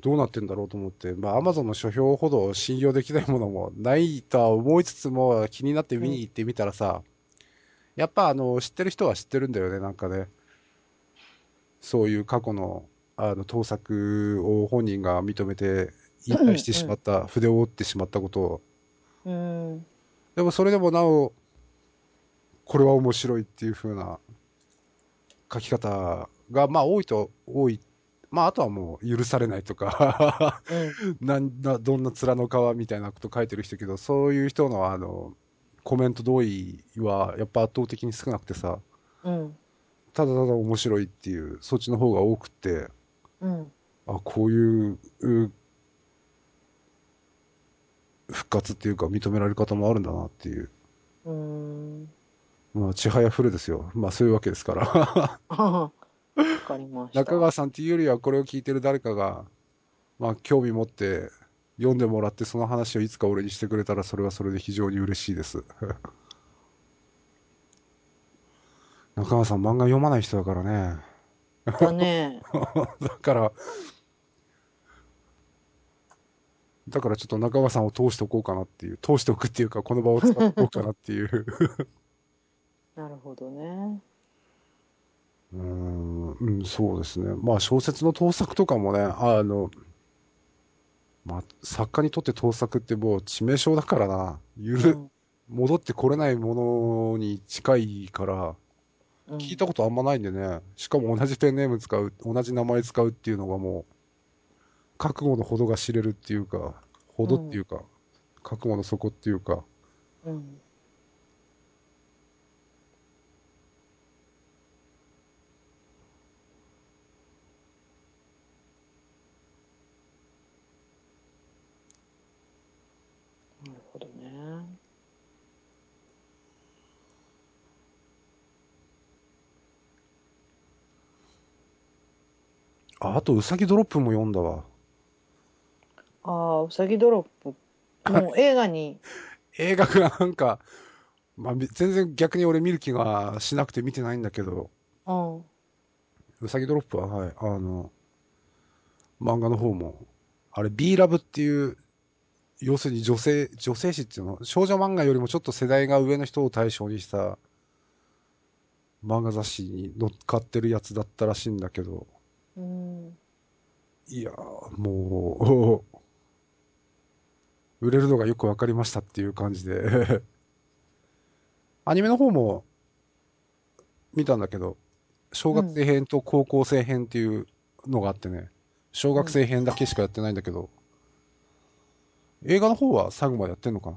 B: どうなってんだろうと思って、まあ、アマゾンの書評ほど信用できないものもないとは思いつつも、気になって見に行ってみたらさ、やっぱあの、知ってる人は知ってるんだよね、なんかね。そういう過去の、あの、盗作を本人が認めて、引退してしまった、筆を折ってしまったことを、
A: ど。うん
B: でもそれでもなお、これは面白いっていう風な書き方が、まあ多いと多い。まああとはもう許されないとか、 なんなどんな面の皮みたいなこと書いてる人けど、そういう人のあの、コメント同意はやっぱ圧倒的に少なくてさ、
A: うん
B: ただただ面白いっていう、そっちの方が多くって、
A: うん
B: あ、こういう、う復活っていうか認められ方もあるんだなっていう。
A: うんうん。
B: まあ、ちはやふるですよ。まあ、そういうわけですから。
A: わかりました。
B: 中川さんっていうよりは、これを聞いてる誰かが、まあ、興味持って、読んでもらって、その話をいつか俺にしてくれたら、それはそれで非常に嬉しいです。 中川さん、漫画読まない人だからね。
A: だね。
B: だから、だからちょっと中川さんを通しておこうかなっていう、通しておくっていうか、この場を使っておこうかなっていう。
A: なるほどね。
B: うーん、うんそうですね。まあ小説の盗作とかもね、あの、まあ作家にとって盗作ってもう致命傷だからな。ゆる、戻ってこれないものに近いから、
A: うん
B: 聞いたことあんまないんでね。しかも同じペンネーム使う、同じ名前使うっていうのがもう、覚悟のほどが知れるっていうか、ほどっていうか、覚悟の底っていうか、
A: うんなるほどね。
B: あ、あとうさぎドロップも読んだわ。
A: ああ、うさぎドロップ。もう映画に。
B: 映画がなんか、まあ、み全然逆に俺見る気がしなくて見てないんだけど、
A: うん。
B: うさぎドロップは、はい、あの、漫画の方も、あれ、B ラブっていう、要するに女性、女性誌っていうの、少女漫画よりもちょっと世代が上の人を対象にした漫画雑誌に乗っかってるやつだったらしいんだけど、
A: うん。
B: いやー、もう、売 れるのがよくわかりましたっていう感じで。 アニメの方も見たんだけど、小学生編と高校生編っていうのがあってね、小学生編だけしかやってないんだけど、映画の方は最後までやってんのか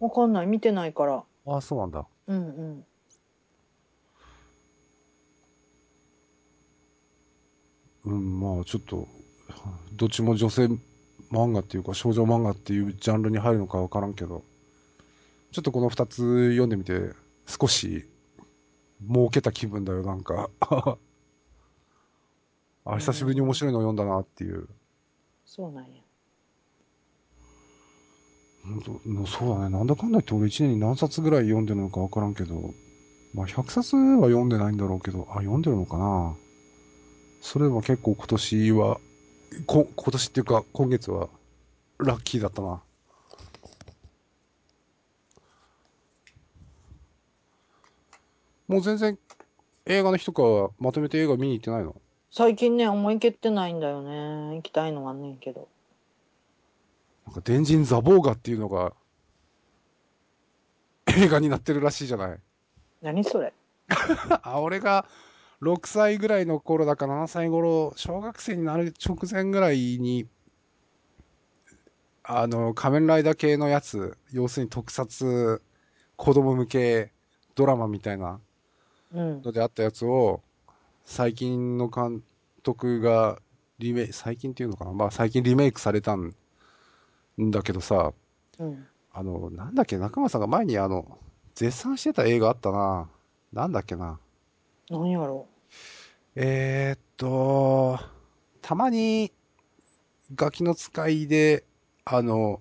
A: わかんない。見てないから。
B: なああ、そうなんだ。
A: うんうん。
B: うん、まあちょっと、どっちも女性漫画っていうか少女漫画っていうジャンルに入るのかわからんけど、ちょっとこの二つ読んでみて、少し儲けた気分だよ、なんか。 あ、久しぶりに面白いのを読んだなっていう。
A: そうなんや。
B: うんそもうそうだね。なんだかんだ言って俺1年に何冊ぐらい読んでるのかわからんけど、まあ100冊は読んでないんだろうけど、あ、読んでるのかなそれは結構今年は、こ今年っていうか今月はラッキーだったな。もう全然映画の日とかはまとめて映画見に行ってないの
A: 最近ね、思い行けてないんだよね。行きたいのはあんねんけど。
B: なんか電人ザボーガっていうのが映画になってるらしいじゃない。
A: 何それ
B: あ、俺が6歳ぐらいの頃だか7歳頃、小学生になる直前ぐらいに、あの、仮面ライダー系のやつ、要するに特撮、子供向けドラマみたいな
A: うん。
B: のであったやつを、最近の監督がリメイク、最近っていうのかなまあ最近リメイクされたんだけどさ、
A: うん。
B: あの、なんだっけ、中間さんが前にあの、絶賛してた映画あったな。なんだっけな。
A: 何やろ
B: えーっと、たまに、ガキの使いで、あの、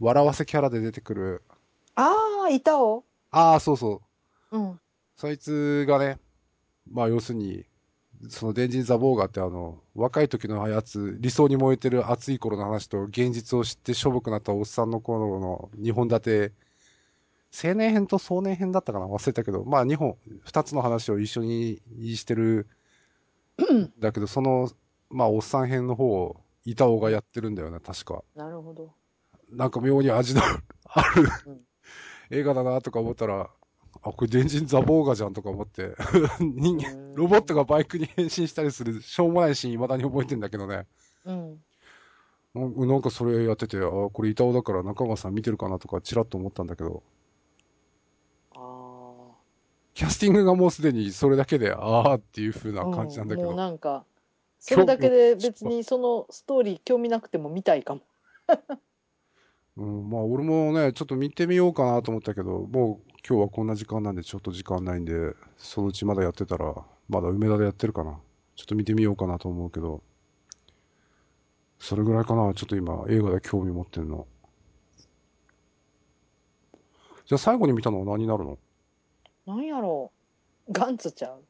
B: 笑わせキャラで出てくる。
A: ああ、いたお。
B: ああ、そうそう。
A: うん。
B: そいつがね、まあ要するに、その電人ザボーガってあの、若い時のやつ、理想に燃えてる熱い頃の話と、現実を知ってしょぼくなったおっさんの頃の2本立て、青年編と壮年編だったかな忘れたけど、まあ2本、2つの話を一緒にしてる、だけど、その、まあおっさん編の方を、板尾がやってるんだよね、確か。
A: なるほど。
B: なんか妙に味のある
A: うん
B: 映画だなとか思ったら、あ、これ電人ザボーガじゃんとか思って、 人
A: う
B: 間
A: ん、
B: ロボットがバイクに変身したりする、しょうもないシーン未だに覚えてんだけどね。
A: うん。
B: うんなんかそれやってて、あ、これ板尾だから中川さん見てるかなとかチラッと思ったんだけど、
A: ああ。
B: キャスティングがもうすでにそれだけで、ああっていう風な感じなんだけ
A: うもう
B: ど、
A: なんか、それだけで別にそのストーリー興味なくても見たいかも。
B: うん、まあ俺もね、ちょっと見てみようかなと思ったけど、もう今日はこんな時間なんでちょっと時間ないんで、そのうちまだやってたら、まだ梅田でやってるかな。ちょっと見てみようかなと思うけど、それぐらいかな、ちょっと今映画で興味持ってんの。じゃあ最後に見たのは何になるの
A: なんやろうガンツちゃう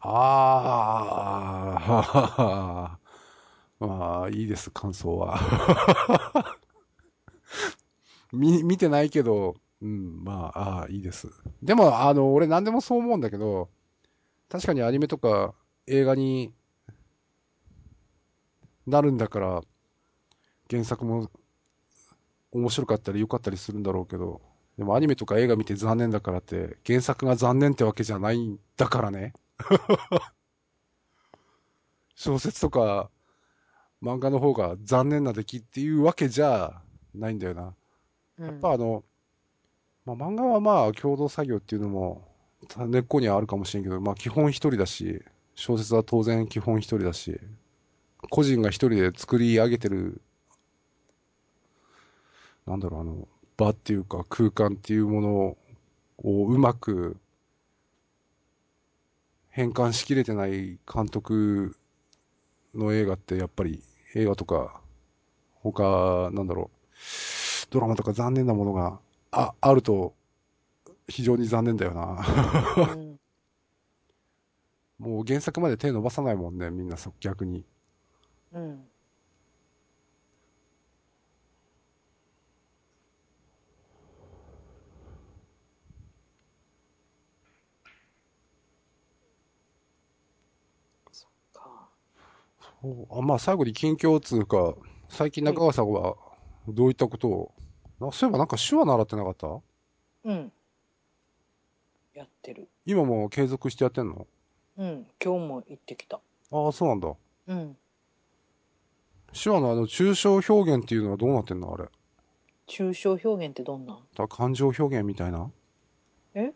B: ああ、 まあ、いいです、感想は。 見、見てないけど、うん、まあ、ああ、いいです。でも、あの、俺何でもそう思うんだけど、確かにアニメとか映画になるんだから、原作も面白かったり良かったりするんだろうけど、でもアニメとか映画見て残念だからって、原作が残念ってわけじゃないんだからね。小説とか漫画の方が残念な出来っていうわけじゃないんだよな。
A: うん
B: やっぱあの、まあ、漫画はまあ共同作業っていうのも根っこにはあるかもしれんけど、まあ基本一人だし、小説は当然基本一人だし、個人が一人で作り上げてる、なんだろう、あの、場っていうか空間っていうものをうまく変換しきれてない監督の映画ってやっぱり映画とか他なんだろうドラマとか残念なものがああると非常に残念だよな
A: うん
B: もう原作まで手伸ばさないもんねみんなそ逆に
A: うん。そっか。
B: そうあまあ最後に近況つうか最近中川さんはどういったことを、あそういえばなんか手話習ってなかった
A: うん。やってる。
B: 今も継続してやってんの
A: うん。今日も行ってきた。
B: ああそうなんだ
A: うん。
B: 手話のあの抽象表現っていうのはどうなってんのあれ
A: 抽象表現ってどんなん
B: だ感情表現みたいな
A: え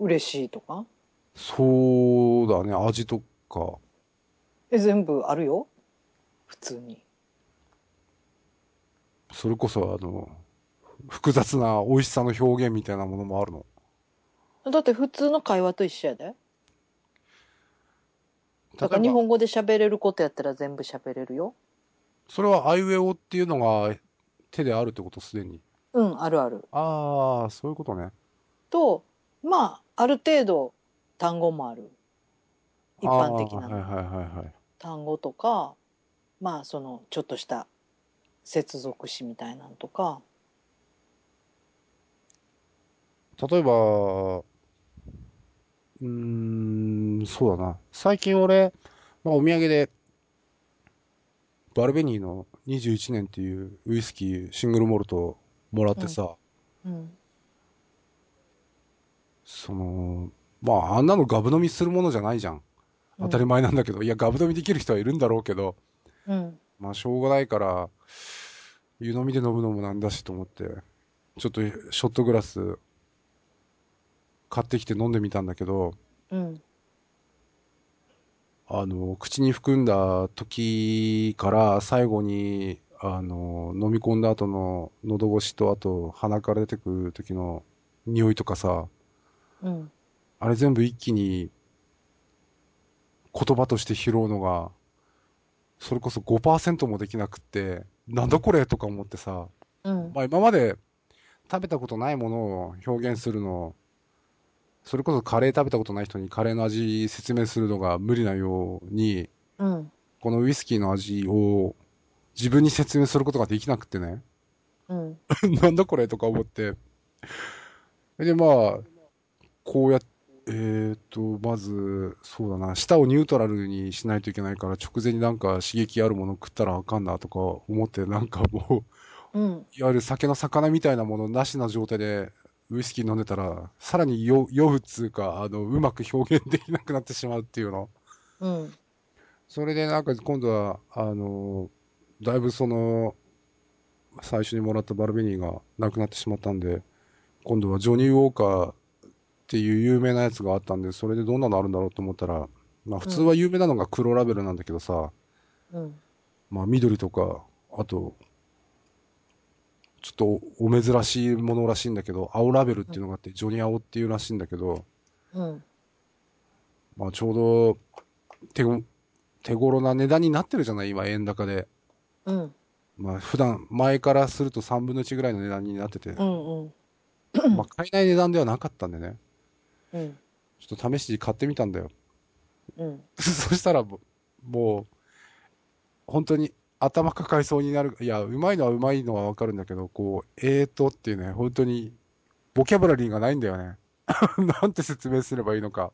A: 嬉しいとか
B: そうだね、味とか。
A: え、全部あるよ。普通に。
B: それこそ、あの、複雑な美味しさの表現みたいなものもあるの。
A: だって普通の会話と一緒やで。だから
B: 例
A: 日
B: えば
A: 本語で喋れることやったら全部喋れるよ。
B: それはアイウェオっていうのが手であるってことすでに
A: うん、あるある。
B: ああそういうことね
A: と、まあ、ある程度単語もある。一般的
B: あーはい
A: な
B: はいはいはい
A: 単語とか、まあ、その、ちょっとした接続詞みたいなんとか。
B: 例えば、うーん、そうだな。最近俺、まあ、お土産で、バルベニーの21年っていうウイスキーシングルモルトをもらってさ、
A: うん。
B: その、まああんなのガブ飲みするものじゃないじゃん。当たり前なんだけど、いやガブ飲みできる人はいるんだろうけど、
A: うん。
B: まあしょうがないから、湯飲みで飲むのもなんだしと思って、ちょっとショットグラス買ってきて飲んでみたんだけど、
A: うん。
B: あの、口に含んだ時から最後に、あの、飲み込んだ後の喉越しと、あと鼻から出てくる時の匂いとかさ、
A: うん。
B: あれ全部一気に言葉として拾うのが、それこそ5%もできなくって、なんだこれとか思ってさ、
A: うん。
B: まあ今まで食べたことないものを表現するの、それこそカレー食べたことない人にカレーの味説明するのが無理なように、
A: うん。
B: このウイスキーの味を自分に説明することができなくてね、
A: うん。
B: なんだこれとか思って。で、まあ、こうやっえー、と、まず、そうだな、舌をニュートラルにしないといけないから、直前になんか刺激あるもの食ったらあかんなとか思って、なんかも
A: うん。
B: う、いわゆる酒の魚みたいなものなしな状態で、ウイスキー飲んでたら、さらに酔酔うっつうか、あの、うまく表現できなくなってしまうっていうの。
A: うん。
B: それでなんか今度は、あの、だいぶその、最初にもらったバルベニーがなくなってしまったんで、今度はジョニー・ウォーカーっていう有名なやつがあったんで、それでどんなのあるんだろうと思ったら、まあ普通は有名なのが黒ラベルなんだけどさ、
A: うん。
B: まあ緑とか、あと、ちょっとお珍しいものらしいんだけど、青ラベルっていうのがあって、ジョニー・アオっていうらしいんだけど、
A: うん。
B: まあちょうど手ご、手頃な値段になってるじゃない今円高で。
A: うん。
B: まあ普段前からすると3分の1ぐらいの値段になってて、
A: うん。うん。
B: まあ買えない値段ではなかったんでね、
A: うん。
B: ちょっと試しに買ってみたんだよ。
A: うん。
B: そしたらもう、もう本当に頭抱えそうになる。いや、うまいのはうまいのはわかるんだけど、こう、えーとっていうね、本当にボキャブラリーがないんだよね。 なんて説明すればいいのか。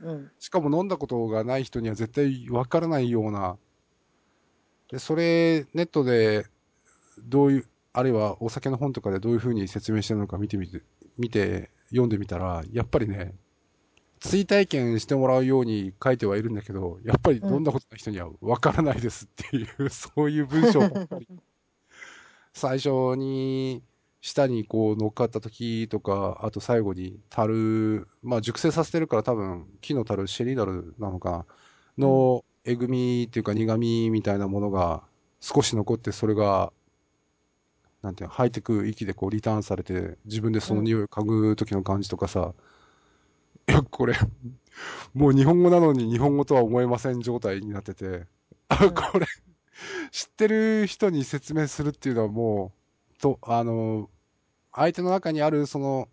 A: うん。
B: しかも飲んだことがない人には絶対わからないような。で、それ、ネットで、どういう、あるいはお酒の本とかでどういうふうに説明してるのか見てみて、見て、読んでみたら、やっぱりね、追体験してもらうように書いてはいるんだけど、やっぱりどんなことの人にはわからないですっていう、そういう文章ばっかり。最初に、下にこう乗っかった時とか、あと最後に樽、まあ熟成させてるから多分木の樽、シェリー樽なのかな、のえぐみっていうか苦みみたいなものが少し残って、それが、なんていうの、吐いてく息でこうリターンされて、自分でその匂いを嗅ぐ時の感じとかさ、 いや、これ、もう日本語なのに日本語とは思えません状態になってて、あ、
A: うん
B: これ、知ってる人に説明するっていうのはもう、と、あの、相手の中にあるその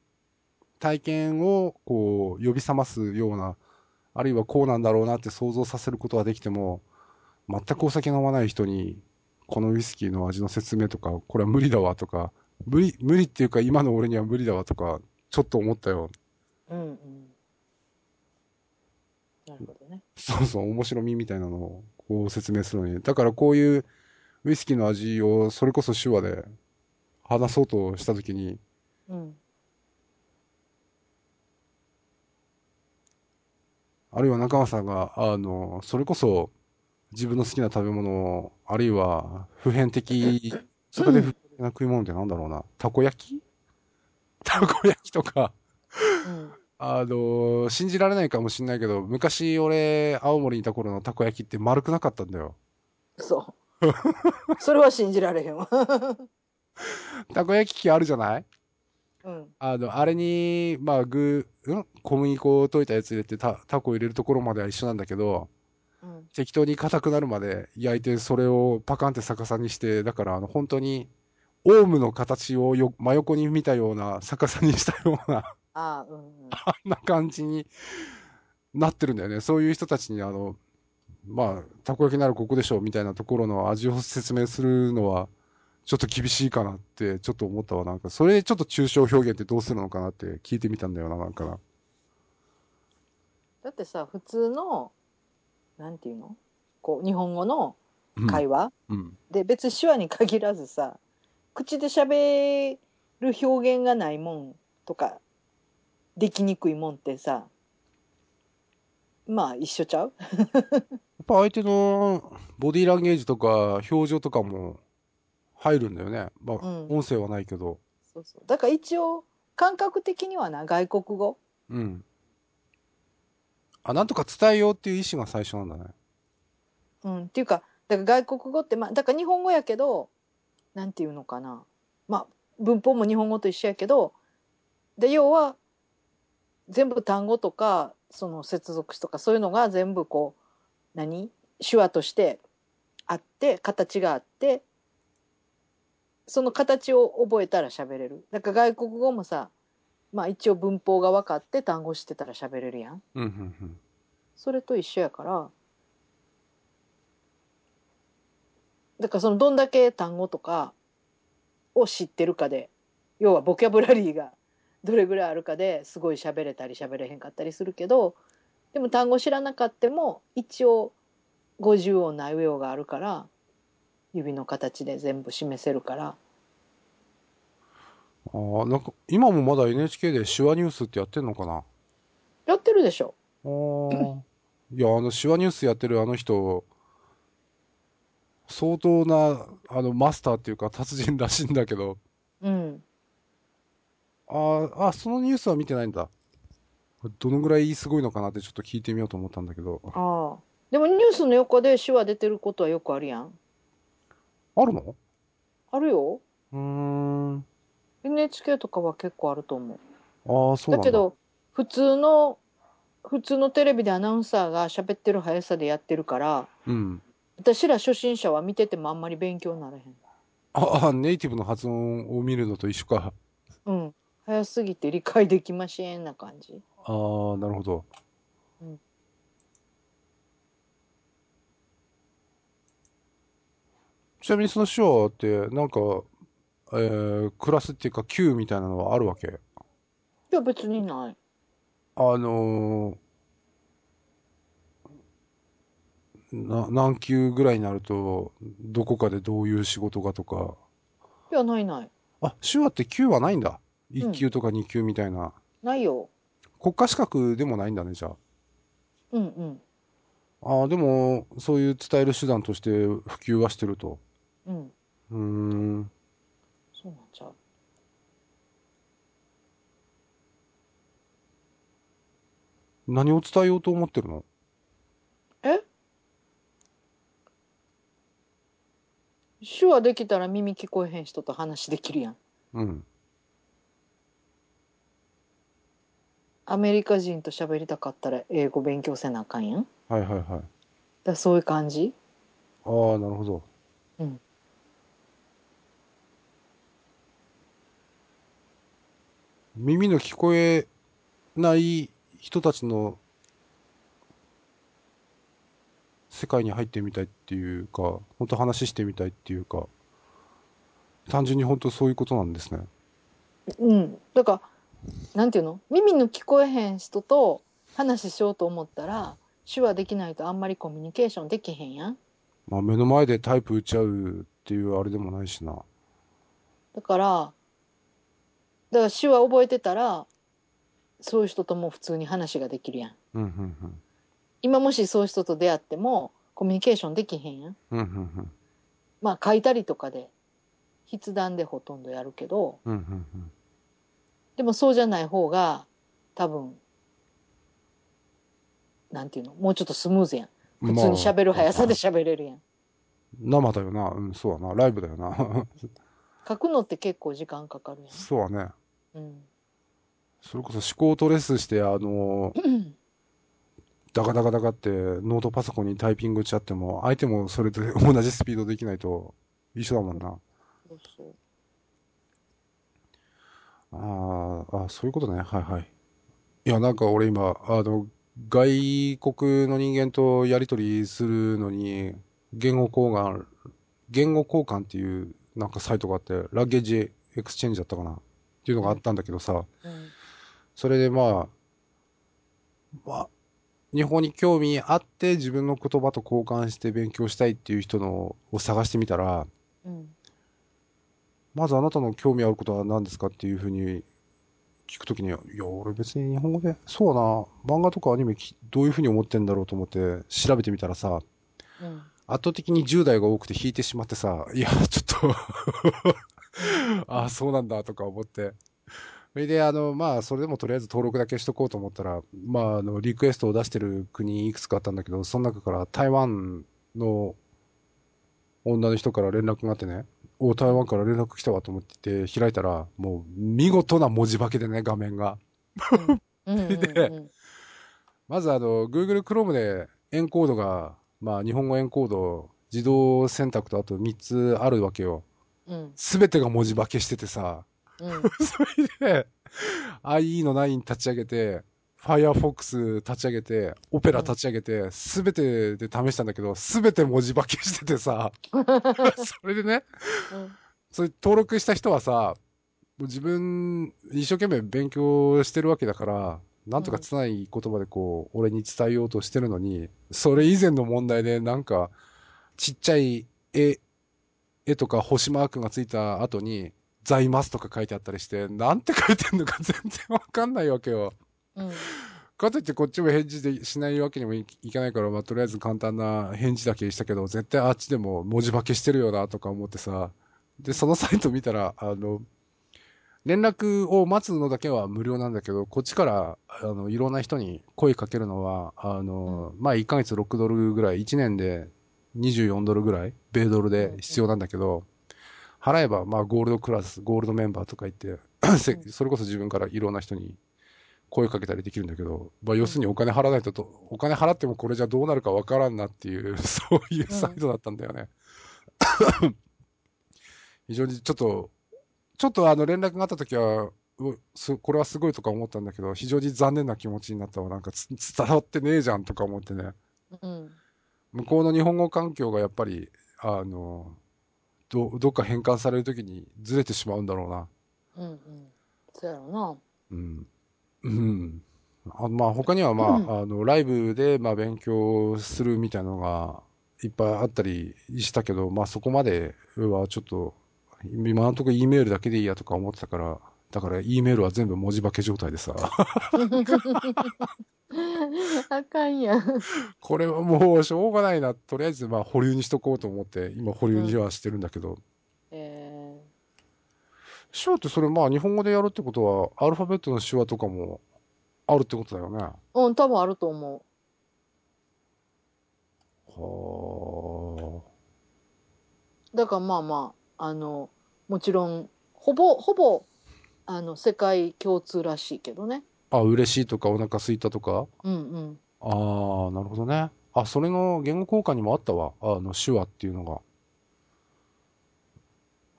B: 体験をこう呼び覚ますような、あるいはこうなんだろうなって想像させることはできても、全くお酒飲まない人に、このウイスキーの味の説明とか、これは無理だわとか、無理、無理っていうか今の俺には無理だわとか、ちょっと思ったよ。
A: うん。うん。なるほどね。
B: そうそう、面白みみたいなのをこう説明するのに。だからこういうウイスキーの味をそれこそ手話で話そうとしたときに、
A: うん。
B: あるいは中川さんが、あの、それこそ自分の好きな食べ物を、あるいは普遍的、それで普遍的な食い物ってなんだろうな。たこ焼きたこ焼きとか、
A: うん。
B: あの、信じられないかもしんないけど、昔俺、青森にいた頃のたこ焼きって丸くなかったんだよ。
A: そう。それは信じられへんわ。
B: たこ焼き器あるじゃない
A: うん。
B: あの、あれに、まあ、具、うん小麦粉を溶いたやつ入れてた、タコ入れるところまでは一緒なんだけど、
A: うん。
B: 適当に硬くなるまで焼いて、それをパカンって逆さにして、だからあの本当に、オウムの形をよ真横に見たような、逆さにしたような、
A: ああ、うんうん。
B: あんな感じになってるんだよね。そういう人たちに、あの、まあ、たこ焼きならここでしょうみたいなところの味を説明するのは、ちょっと厳しいかなって、ちょっと思ったわ。なんか、それちょっと抽象表現ってどうするのかなって聞いてみたんだよな、なんかな。
A: だってさ、普通の、なんていうのこう、日本語の
B: うん
A: 会話、
B: うん。
A: で、別に手話に限らずさ、口で喋る表現がないもんとか、できにくいもんってさ、まあ一緒ちゃう
B: やっぱ相手のボディーランゲージとか表情とかも入るんだよね。まあ、
A: うん
B: 音声はないけど。
A: そうそう。だから一応、感覚的にはな、外国語。
B: うん。あ、なんとか伝えようっていう意思が最初なんだね。
A: うん、っていうか、だから外国語って、まあ、だから日本語やけど、なんていうのかな。まあ、文法も日本語と一緒やけど、で、要は、全部単語とか、その接続詞とか、そういうのが全部こう、何手話としてあって、形があって、その形を覚えたら喋れる。だから外国語もさ、まあ一応文法が分かって単語してたら喋れるやん。
B: うん、うん、うん。
A: それと一緒やからだからそのどんだけ単語とかを知ってるかで要はボキャブラリーが どれぐらいあるかですごい喋れたり喋れへんかったりするけどでも単語知らなかっても一応50音ない上があるから指の形で全部示せるから
B: あーなんか、今もまだ NHK で手話ニュースってやってんのかな
A: やってるでしょ
B: あーいや、あの、手話ニュースやってるあの人、相当な、あの、マスターっていうか達人らしいんだけど、
A: うん
B: あーあ、そのニュースは見てないんだ。どのぐらいすごいのかなってちょっと聞いてみようと思ったんだけど。
A: ああでもニュースの横で手話出てることはよくあるやん
B: あるの
A: あるよ
B: うーん。
A: NHK とかは結構あると思う
B: ああ、そうな
A: だ
B: んだ。
A: けど普通の普通のテレビでアナウンサーが喋ってる速さでやってるから
B: うん。
A: 私ら初心者は見ててもあんまり勉強にならへん
B: ああ、ネイティブの発音を見るのと一緒か。
A: うん早すぎて理解できましんな感じ
B: ああ、なるほど。
A: うん
B: ちなみにその手話って、なんか、えー、クラスっていうか級みたいなのはあるわけ
A: いや別にない
B: あのーな、何級ぐらいになると、どこかでどういう仕事がとか。
A: いやないない
B: あ、手話って級はないんだ。
A: ん
B: 1級とか2級みたいな。
A: ないよ
B: 国家資格でもないんだね、じゃあ。
A: うんうん
B: ああ、でも、そういう伝える手段として普及はしてると。
A: うん
B: うーん。
A: そうなんちゃう
B: 何を伝えようと思ってるの
A: え手話できたら耳聞こえへん人と話できるやん
B: うん。
A: アメリカ人と喋りたかったら英語勉強せなあかんやんだか
B: はいはいはい。ああ、なる
A: らそういう感じ
B: ほど。
A: うん
B: 耳の聞こえない人たちの世界に入ってみたいっていうか、本当話してみたいっていうか、単純に本当そういうことなんですね。
A: うん、だからなんていうの耳の聞こえへん人と話しようと思ったら手話できないとあんまりコミュニケーションできへんやん
B: まあ目の前でタイプ打ち合うっていうあれでもないしな。
A: だからだから手話覚えてたらそういう人とも普通に話ができるやん
B: うんうんうん。
A: 今もしそういう人と出会ってもコミュニケーションできへんやん
B: うんうんうん。
A: まあ書いたりとかで筆談でほとんどやるけど
B: うんうんうん。
A: でもそうじゃない方が多分なんていうのもうちょっとスムーズやん普通に喋る速さで喋れるやん
B: まあ生だよな。うん、そうだな。ライブだよな。
A: 書くのって結構時間かかるや
B: そうだね。
A: ん。うん
B: それこそ思考トレースして、あのーダカダカダカってノートパソコンにタイピングしちゃっても、相手もそれと同じスピードできないと一緒だもんな。
A: そうそう。
B: あーあ、そういうことね。はいはい。いや、なんか俺今、あの、外国の人間とやりとりするのに、言語交換、言語交換っていうなんかサイトがあって、ラッゲージエクスチェンジだったかなっていうのがあったんだけどさ、
A: うん、
B: それでまあ、まあ、日本に興味あって自分の言葉と交換して勉強したいっていう人のを探してみたら、
A: うん、
B: まずあなたの興味あることは何ですかっていうふうに聞くときに、いや、俺別に日本語で、そうだな、漫画とかアニメきどういうふうに思ってんだろうと思って調べてみたらさ、
A: うん。
B: 圧倒的に10代が多くて引いてしまってさ、いや、ちょっと、 ああ、そうなんだとか思って。それで、あの、まあ、それでもとりあえず登録だけしとこうと思ったら、まあ、あの、リクエストを出してる国いくつかあったんだけど、その中から台湾の女の人から連絡があってね、お、台湾から連絡来たわと思ってて開いたら、もう見事な文字化けでね、画面が。
A: うんうん
B: で
A: うん
B: まずあの、Google Chrome でエンコードが、まあ日本語エンコード、自動選択とあと3つあるわけよ。
A: うん
B: すべてが文字化けしててさ。
A: うん
B: それで、IE の9立ち上げて、Firefox 立ち上げて、オペラ立ち上げて、すべてで試したんだけど、すべて文字化けしててさ。それでね、
A: うん
B: それ登録した人はさ、もう自分、一生懸命勉強してるわけだから、なんとか拙い言葉でこう、俺に伝えようとしてるのに、それ以前の問題でなんか、ちっちゃい絵、絵とか星マークがついた後に、ざいますとか書いてあったりして、なんて書いてんのか全然わかんないわけよ。
A: うん
B: かといってこっちも返事でしないわけにもいいかないから、まあ、とりあえず簡単な返事だけしたけど、絶対あっちでも文字化けしてるよなとか思ってさ。で、そのサイト見たら、あの、連絡を待つのだけは無料なんだけど、こっちから、あの、いろんな人に声かけるのは、あの、まあ、1ヶ月6ドルぐらい、1年で24ドルぐらい、米ドルで必要なんだけど、払えば、まあ、ゴールドクラス、ゴールドメンバーとか言って、せそれこそ自分からいろんな人に声かけたりできるんだけど、まあ、要するにお金払わないとと、お金払ってもこれじゃどうなるかわからんなっていう、 そういうサイトだったんだよね。非常にちょっと、ちょっとあの連絡があった時は、うすこれはすごいとか思ったんだけど、非常に残念な気持ちになったわ。なんかつ伝わってねえじゃんとか思ってね。
A: うん
B: 向こうの日本語環境がやっぱり、あの、ど、どっか変換される時にずれてしまうんだろうな。
A: うんうんそうやろな
B: うん。うん。あまあ他にはまあ、あの、ライブでまあ勉強するみたいなのがいっぱいあったりしたけど、まあそこまではちょっと、今のところ E メールだけでいいやとか思ってたから、だから E メールは全部文字化け状態でさ、
A: あかんやん
B: これはもうしょうがないな、とりあえずまあ保留にしとこうと思って、今保留にはしてるんだけど、
A: え
B: 手話ってそれまあ日本語でやるってことは、アルファベットの手話とかもあるってことだよね。
A: ーうん多分あると思う
B: はあ。
A: だからまあまああのもちろんほぼほぼあの世界共通らしいけどね
B: あ、嬉しいとかお腹空いたとか。
A: うんうん
B: ああ、なるほどね。あ、それの言語交換にもあったわ。あの、手話っていうのが。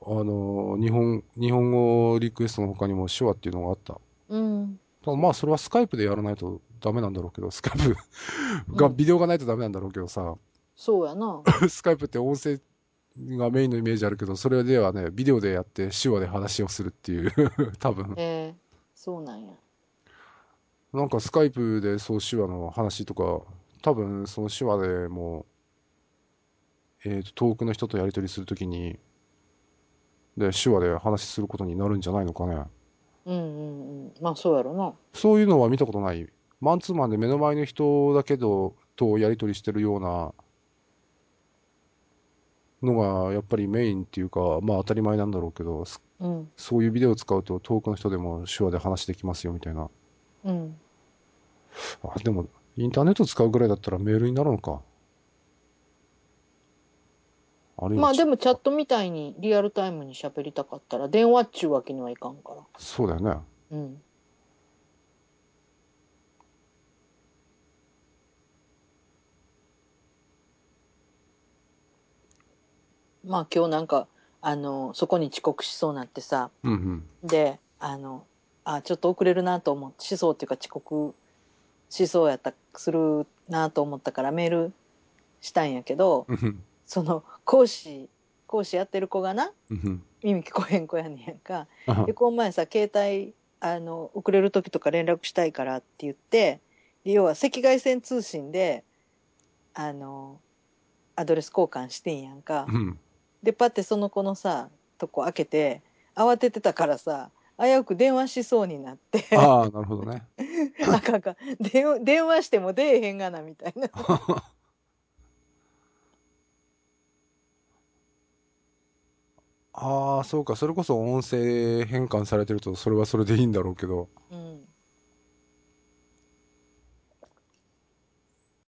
B: あの、日本、日本語リクエストの他にも手話っていうのがあった。
A: うん
B: ただまあ、それはスカイプでやらないとダメなんだろうけど、スカイプが、
A: うん
B: ビデオがないとダメなんだろうけどさ、
A: そうやな
B: スカイプって音声がメインのイメージあるけど、それではね、ビデオでやって手話で話をするっていう、多分。
A: えー、そうなんや
B: なんかスカイプでそう手話の話とか、多分その手話でも、えーと、遠くの人とやり取りするときに、で、手話で話することになるんじゃないのかね。
A: うんうんうんまあそうやろな
B: そういうのは見たことない。マンツーマンで目の前の人だけど、とやり取りしてるようなのが、やっぱりメインっていうか、まあ当たり前なんだろうけど、そ
A: うん
B: そういうビデオを使うと遠くの人でも手話で話できますよみたいな。
A: うん
B: あ、でも、インターネット使うぐらいだったらメールになるのか。あるいは
A: まあでもチャットみたいにリアルタイムに喋りたかったら電話っちゅうわけにはいかんから
B: そうだよね。
A: うんまあ今日なんかあのそこに遅刻しそうになってさ
B: うんうん。
A: であのあちょっと遅れるなと思ってしそうっていうか遅刻しそうやったするなと思ったからメールしたんやけど
B: うんうん。
A: その講師講師やってる子がな
B: うんうん。
A: 耳聞こえん子やねんやんか
B: あ
A: でこの前さ携帯あの遅れる時とか連絡したいからって言ってで要は赤外線通信であのアドレス交換してんやんか。
B: うん。
A: でパッてその子のさとこ開けて慌ててたからさ危うく電話しそうにな ってあ
B: ああ、なるほどね。
A: かんあかん電話電話しても出えへんがなみたいな
B: ああ、そうか。それこそ音声変換されてると、それはそれでいいんだろうけど。
A: う